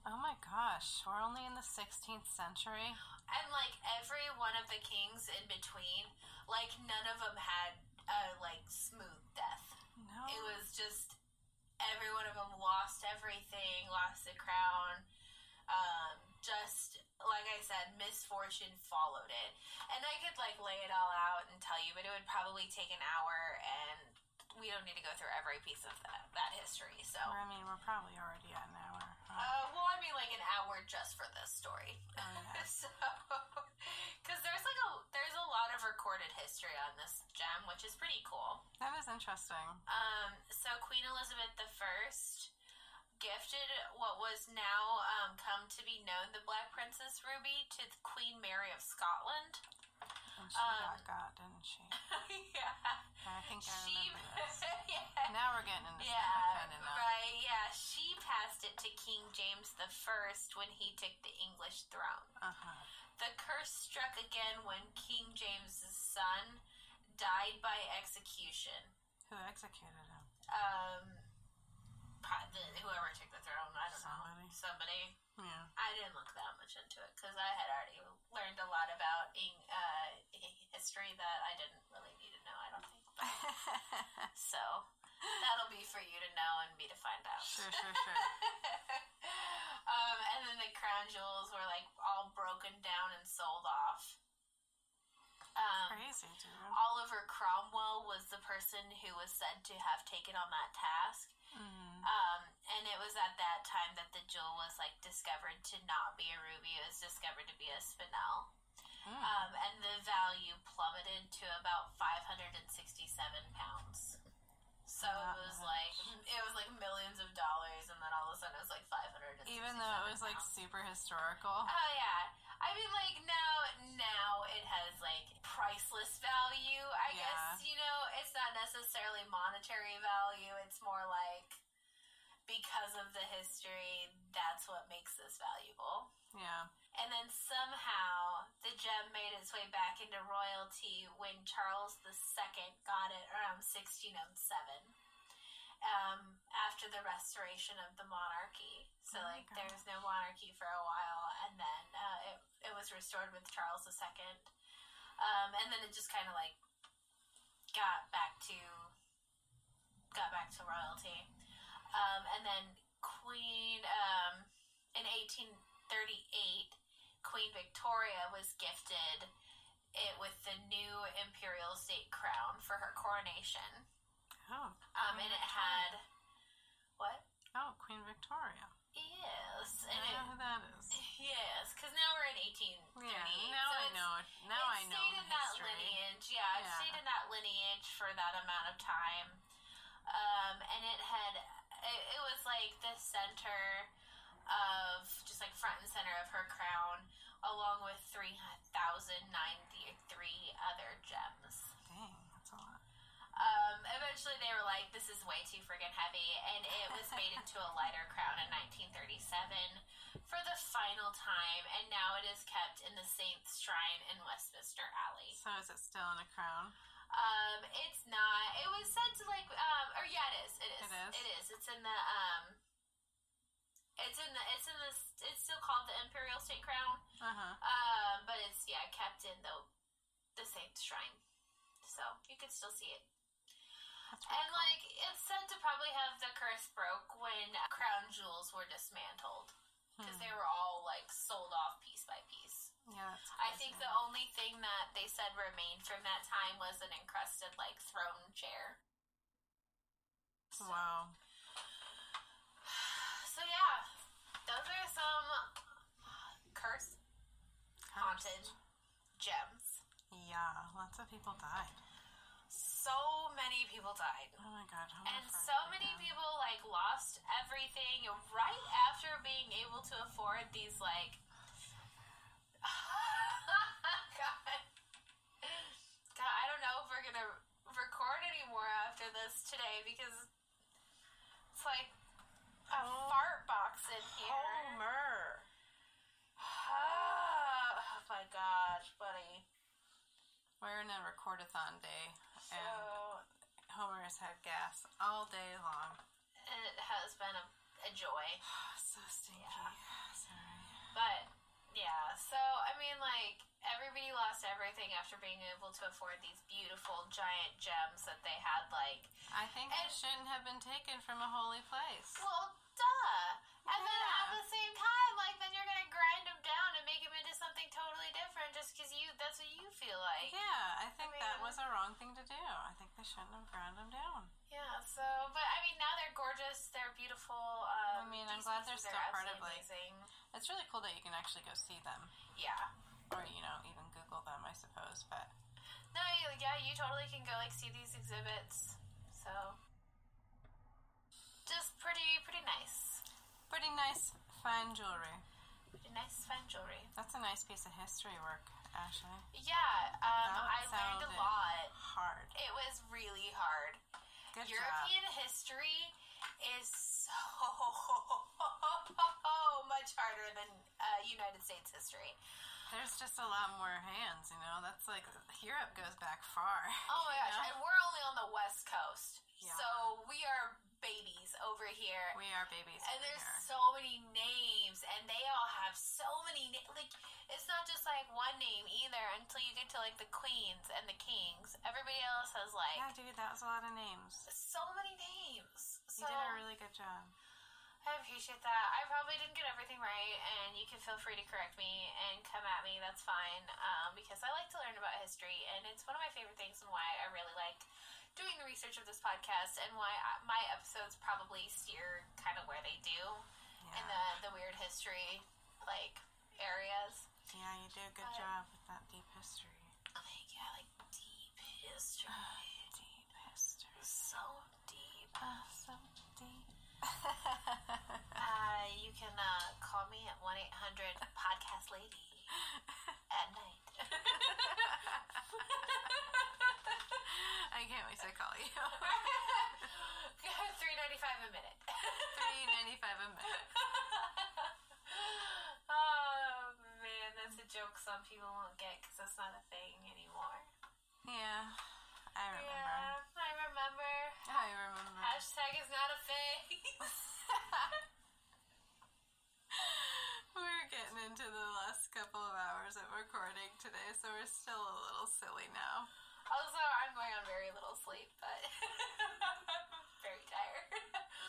S2: Oh my gosh, we're only in the 16th century.
S1: And like every one of the kings in between, like none of them had a like smooth death.
S2: No.
S1: It was just every one of them lost everything, lost the crown. Um, just like I said, misfortune followed it, and I could like lay it all out and tell you, but it would probably take an hour, and we don't need to go through every piece of that, that history. So,
S2: Or, I mean, we're probably already at an hour. Oh,
S1: uh, well, I mean, like an hour just for this story.
S2: oh, yes.
S1: [laughs] So, because there's like a there's a lot of recorded history on this gem, which is pretty cool.
S2: That is interesting.
S1: Um, so Queen Elizabeth the First gifted what was now um, come to be known the Black Princess Ruby to the Queen Mary of Scotland. [laughs]
S2: And she
S1: Um,
S2: got God, didn't she?
S1: yeah,
S2: I think I
S1: she. [laughs]
S2: remember this.
S1: yeah.
S2: Now we're getting into
S1: Yeah,
S2: kind of
S1: right. Yeah, she passed it to King James the First when he took the English throne.
S2: Uh-huh.
S1: The curse struck again when King James's son died by execution.
S2: Who executed him?
S1: Um, pro- the- whoever took the throne, I don't know.
S2: Somebody.
S1: Somebody. [laughs]
S2: Yeah.
S1: I didn't look that much into it because I had already learned a lot about Eng- uh, history that I didn't really need to know. I
S2: [laughs]
S1: don't think so. That'll be for you to know and me to find out.
S2: sure,
S1: [laughs]
S2: sure, sure.
S1: um, and then the crown jewels were like all broken down and sold off. Um,
S2: Crazy, dude.
S1: Oliver Cromwell was the person who was said to have taken on that task.
S2: Mm.
S1: Um, and it was at that time that the jewel was like discovered to not be a ruby, it was discovered to be a spinel.
S2: Mm.
S1: Um, and the value plummeted to about 567 pounds. So
S2: Not
S1: it was
S2: much.
S1: like [laughs] it was like millions of dollars, and then all of a sudden it was like 500.
S2: Even though it was like super historical.
S1: Oh yeah. I mean like now now it has like priceless value. I
S2: Yeah.
S1: guess, you know, it's not necessarily monetary value. It's more like because of the history, that's what makes this valuable.
S2: Yeah.
S1: And then somehow the gem made its way back into royalty when Charles II got it around 1607 um, after the restoration of the monarchy. So,
S2: Oh my
S1: like, there was no monarchy for a while, and then uh, it, it was restored with Charles II. Um, and then it just kind of like got back to got back to royalty. Um, and then Queen um, in 1838, Queen Victoria was gifted it with the new imperial state crown for her coronation. Um,
S2: Oh. Queen
S1: and it had
S2: Victoria.
S1: what?
S2: Oh, Queen Victoria.
S1: Yes, and
S2: I know
S1: it,
S2: who that is.
S1: yes, because now we're in 1838.
S2: Yeah. Now
S1: so
S2: I
S1: it's-
S2: know. Now I
S1: it
S2: know
S1: stayed
S2: the
S1: in that
S2: history.
S1: lineage. Yeah, it
S2: Yeah.
S1: stayed in that lineage for that amount of time, um, and it had it, it was like the center of just like front and center of her crown, along with three thousand ninety three other gems.
S2: Dang, that's a lot.
S1: Um, eventually, they were like, this is way too friggin' heavy, and it
S2: [laughs]
S1: was made into a lighter crown in 1937 for the final time, and now it is kept in the Saints' Shrine in Westminster Alley.
S2: So is it still in a crown?
S1: Um, it's not. It was said to like, um, or yeah, it is. It is.
S2: It is?
S1: It is. It's in the um. It's in the. It's in the. It's still called the Imperial State Crown.
S2: Uh huh.
S1: Um, but it's yeah kept in the the Saint Shrine, so you could still see it. And like it's said to probably have the curse broke when crown jewels were dismantled because
S2: Hmm.
S1: they were all like sold off piece by piece.
S2: Yeah. that's
S1: I think the
S2: crazy.
S1: only thing that they said remained from that time was an encrusted like throne chair. So,
S2: Wow.
S1: so yeah, those are some curse haunted gems.
S2: Yeah, lots of people died.
S1: So many people died.
S2: Oh my god. how
S1: And
S2: much
S1: so
S2: heartbreak
S1: many
S2: now.
S1: people like lost everything right after being able to afford these like [laughs] God. God, I don't know if we're gonna record anymore after this today because it's like a
S2: Oh.
S1: fart box in here.
S2: Homer.
S1: [sighs] Oh my gosh, buddy.
S2: We're in a recordathon day,
S1: So
S2: and Homer has had gas all day long. [sighs]
S1: it has been a, a joy.
S2: so stinky. Sorry.
S1: But yeah, so I mean, like everybody lost everything after being able to afford these beautiful giant gems that they had. Like,
S2: I think it
S1: And-
S2: shouldn't have been taken from a holy place.
S1: well, duh. And then at
S2: Yeah.
S1: the same time, like, then you're gonna grind them down and make them into something totally different just because you—that's what you feel like.
S2: Yeah, I think that
S1: mean-
S2: was a wrong thing to do. I think they shouldn't have ground him down.
S1: Yeah. So, but I mean, now they're gorgeous. They're beautiful. Um,
S2: I mean, I'm
S1: these
S2: glad they're
S1: pieces are
S2: still part of,
S1: absolutely
S2: like-
S1: amazing.
S2: It's really cool that you can actually go see them,
S1: Yeah.
S2: or you know, even Google them, I suppose. But
S1: No, you- yeah, you totally can go like see these exhibits. So, just pretty, pretty nice.
S2: pretty nice, fine jewelry.
S1: Pretty nice fine jewelry.
S2: That's a nice piece of history work, Ashley.
S1: Yeah, um,
S2: That
S1: I learned a
S2: sounded-
S1: lot.
S2: Hard.
S1: It was really hard.
S2: Good job.
S1: European history is so [laughs] much harder than uh, United States history.
S2: There's just a lot more hands, you know. That's like Europe goes back far.
S1: Oh my
S2: you
S1: gosh,
S2: know?
S1: and we're only on the West Coast,
S2: Yeah.
S1: so we are babies over here.
S2: We are babies.
S1: And
S2: over
S1: there's
S2: here.
S1: so many names, and they all have so many na- like it's not just like one name either. Until you get to like the queens and the kings, everybody else has like
S2: Yeah, dude, that was a lot of names.
S1: so many names. So
S2: You did a really good job.
S1: I appreciate that. I probably didn't get everything right, and you can feel free to correct me and come at me. That's fine, um, because I like to learn about history, and it's one of my favorite things, and why I really like doing the research of this podcast, and why I, my episodes probably steer kind of where they do in
S2: Yeah,
S1: the the weird history like areas.
S2: yeah you did a good
S1: but-
S2: job with that deep history.
S1: Like yeah, like deep history,
S2: Deep
S1: [laughs]
S2: history. [laughs]
S1: so deep.
S2: Oh, so deep.
S1: Uh, you can uh, call me at one eight hundred podcast [laughs] lady at [laughs] night.
S2: I can't wait to call you. [laughs]
S1: Three ninety five a minute.
S2: Three ninety five a minute.
S1: [laughs] oh man, that's a joke some people won't get because that's not a thing anymore.
S2: Yeah, I remember.
S1: Yeah, I remember.
S2: I remember.
S1: Hashtag is not a thing.
S2: [laughs]
S1: [laughs]
S2: We're getting into the last couple of hours of recording today, so we're still a little silly now.
S1: also, I'm going on very little sleep, but [laughs] I'm very tired.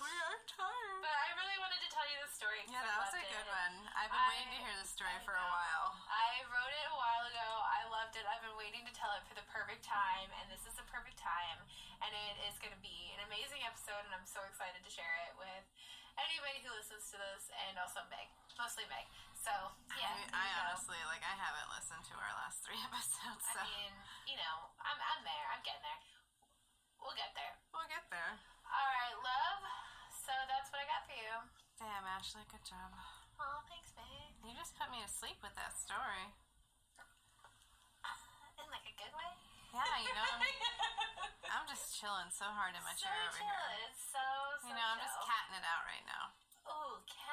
S2: We are tired.
S1: but I really wanted to tell you this story. 'cause
S2: yeah,
S1: I
S2: that was
S1: loved
S2: a
S1: it.
S2: good one. I've been waiting to
S1: I-
S2: hear this story
S1: I
S2: for a
S1: know.
S2: while.
S1: I wrote it a while ago. I loved it. I've been waiting to tell it for the perfect time, and this is the perfect time. And it is going to be an amazing episode, and I'm so excited to share it with anybody who listens to this, and also Meg, mostly Meg. So yeah,
S2: I, mean,
S1: there
S2: I
S1: you go.
S2: honestly, like, I haven't listened to our last three [laughs] episodes, so
S1: I mean, you know, I'm I'm there. I'm getting there. We'll get there.
S2: we'll get there.
S1: All right, love. So that's what I got for you.
S2: Damn, Ashley, good job.
S1: Oh, thanks, babe. [sighs]
S2: You just put me to sleep with that story.
S1: In like a good way.
S2: Yeah, you
S1: [laughs]
S2: know, I'm, I'm just chilling so hard in my
S1: so
S2: chair over
S1: chill.
S2: here.
S1: It's so, so
S2: You know, I'm just
S1: chill.
S2: catting it out right now.
S1: Ooh, [laughs]
S2: [laughs]
S1: [laughs]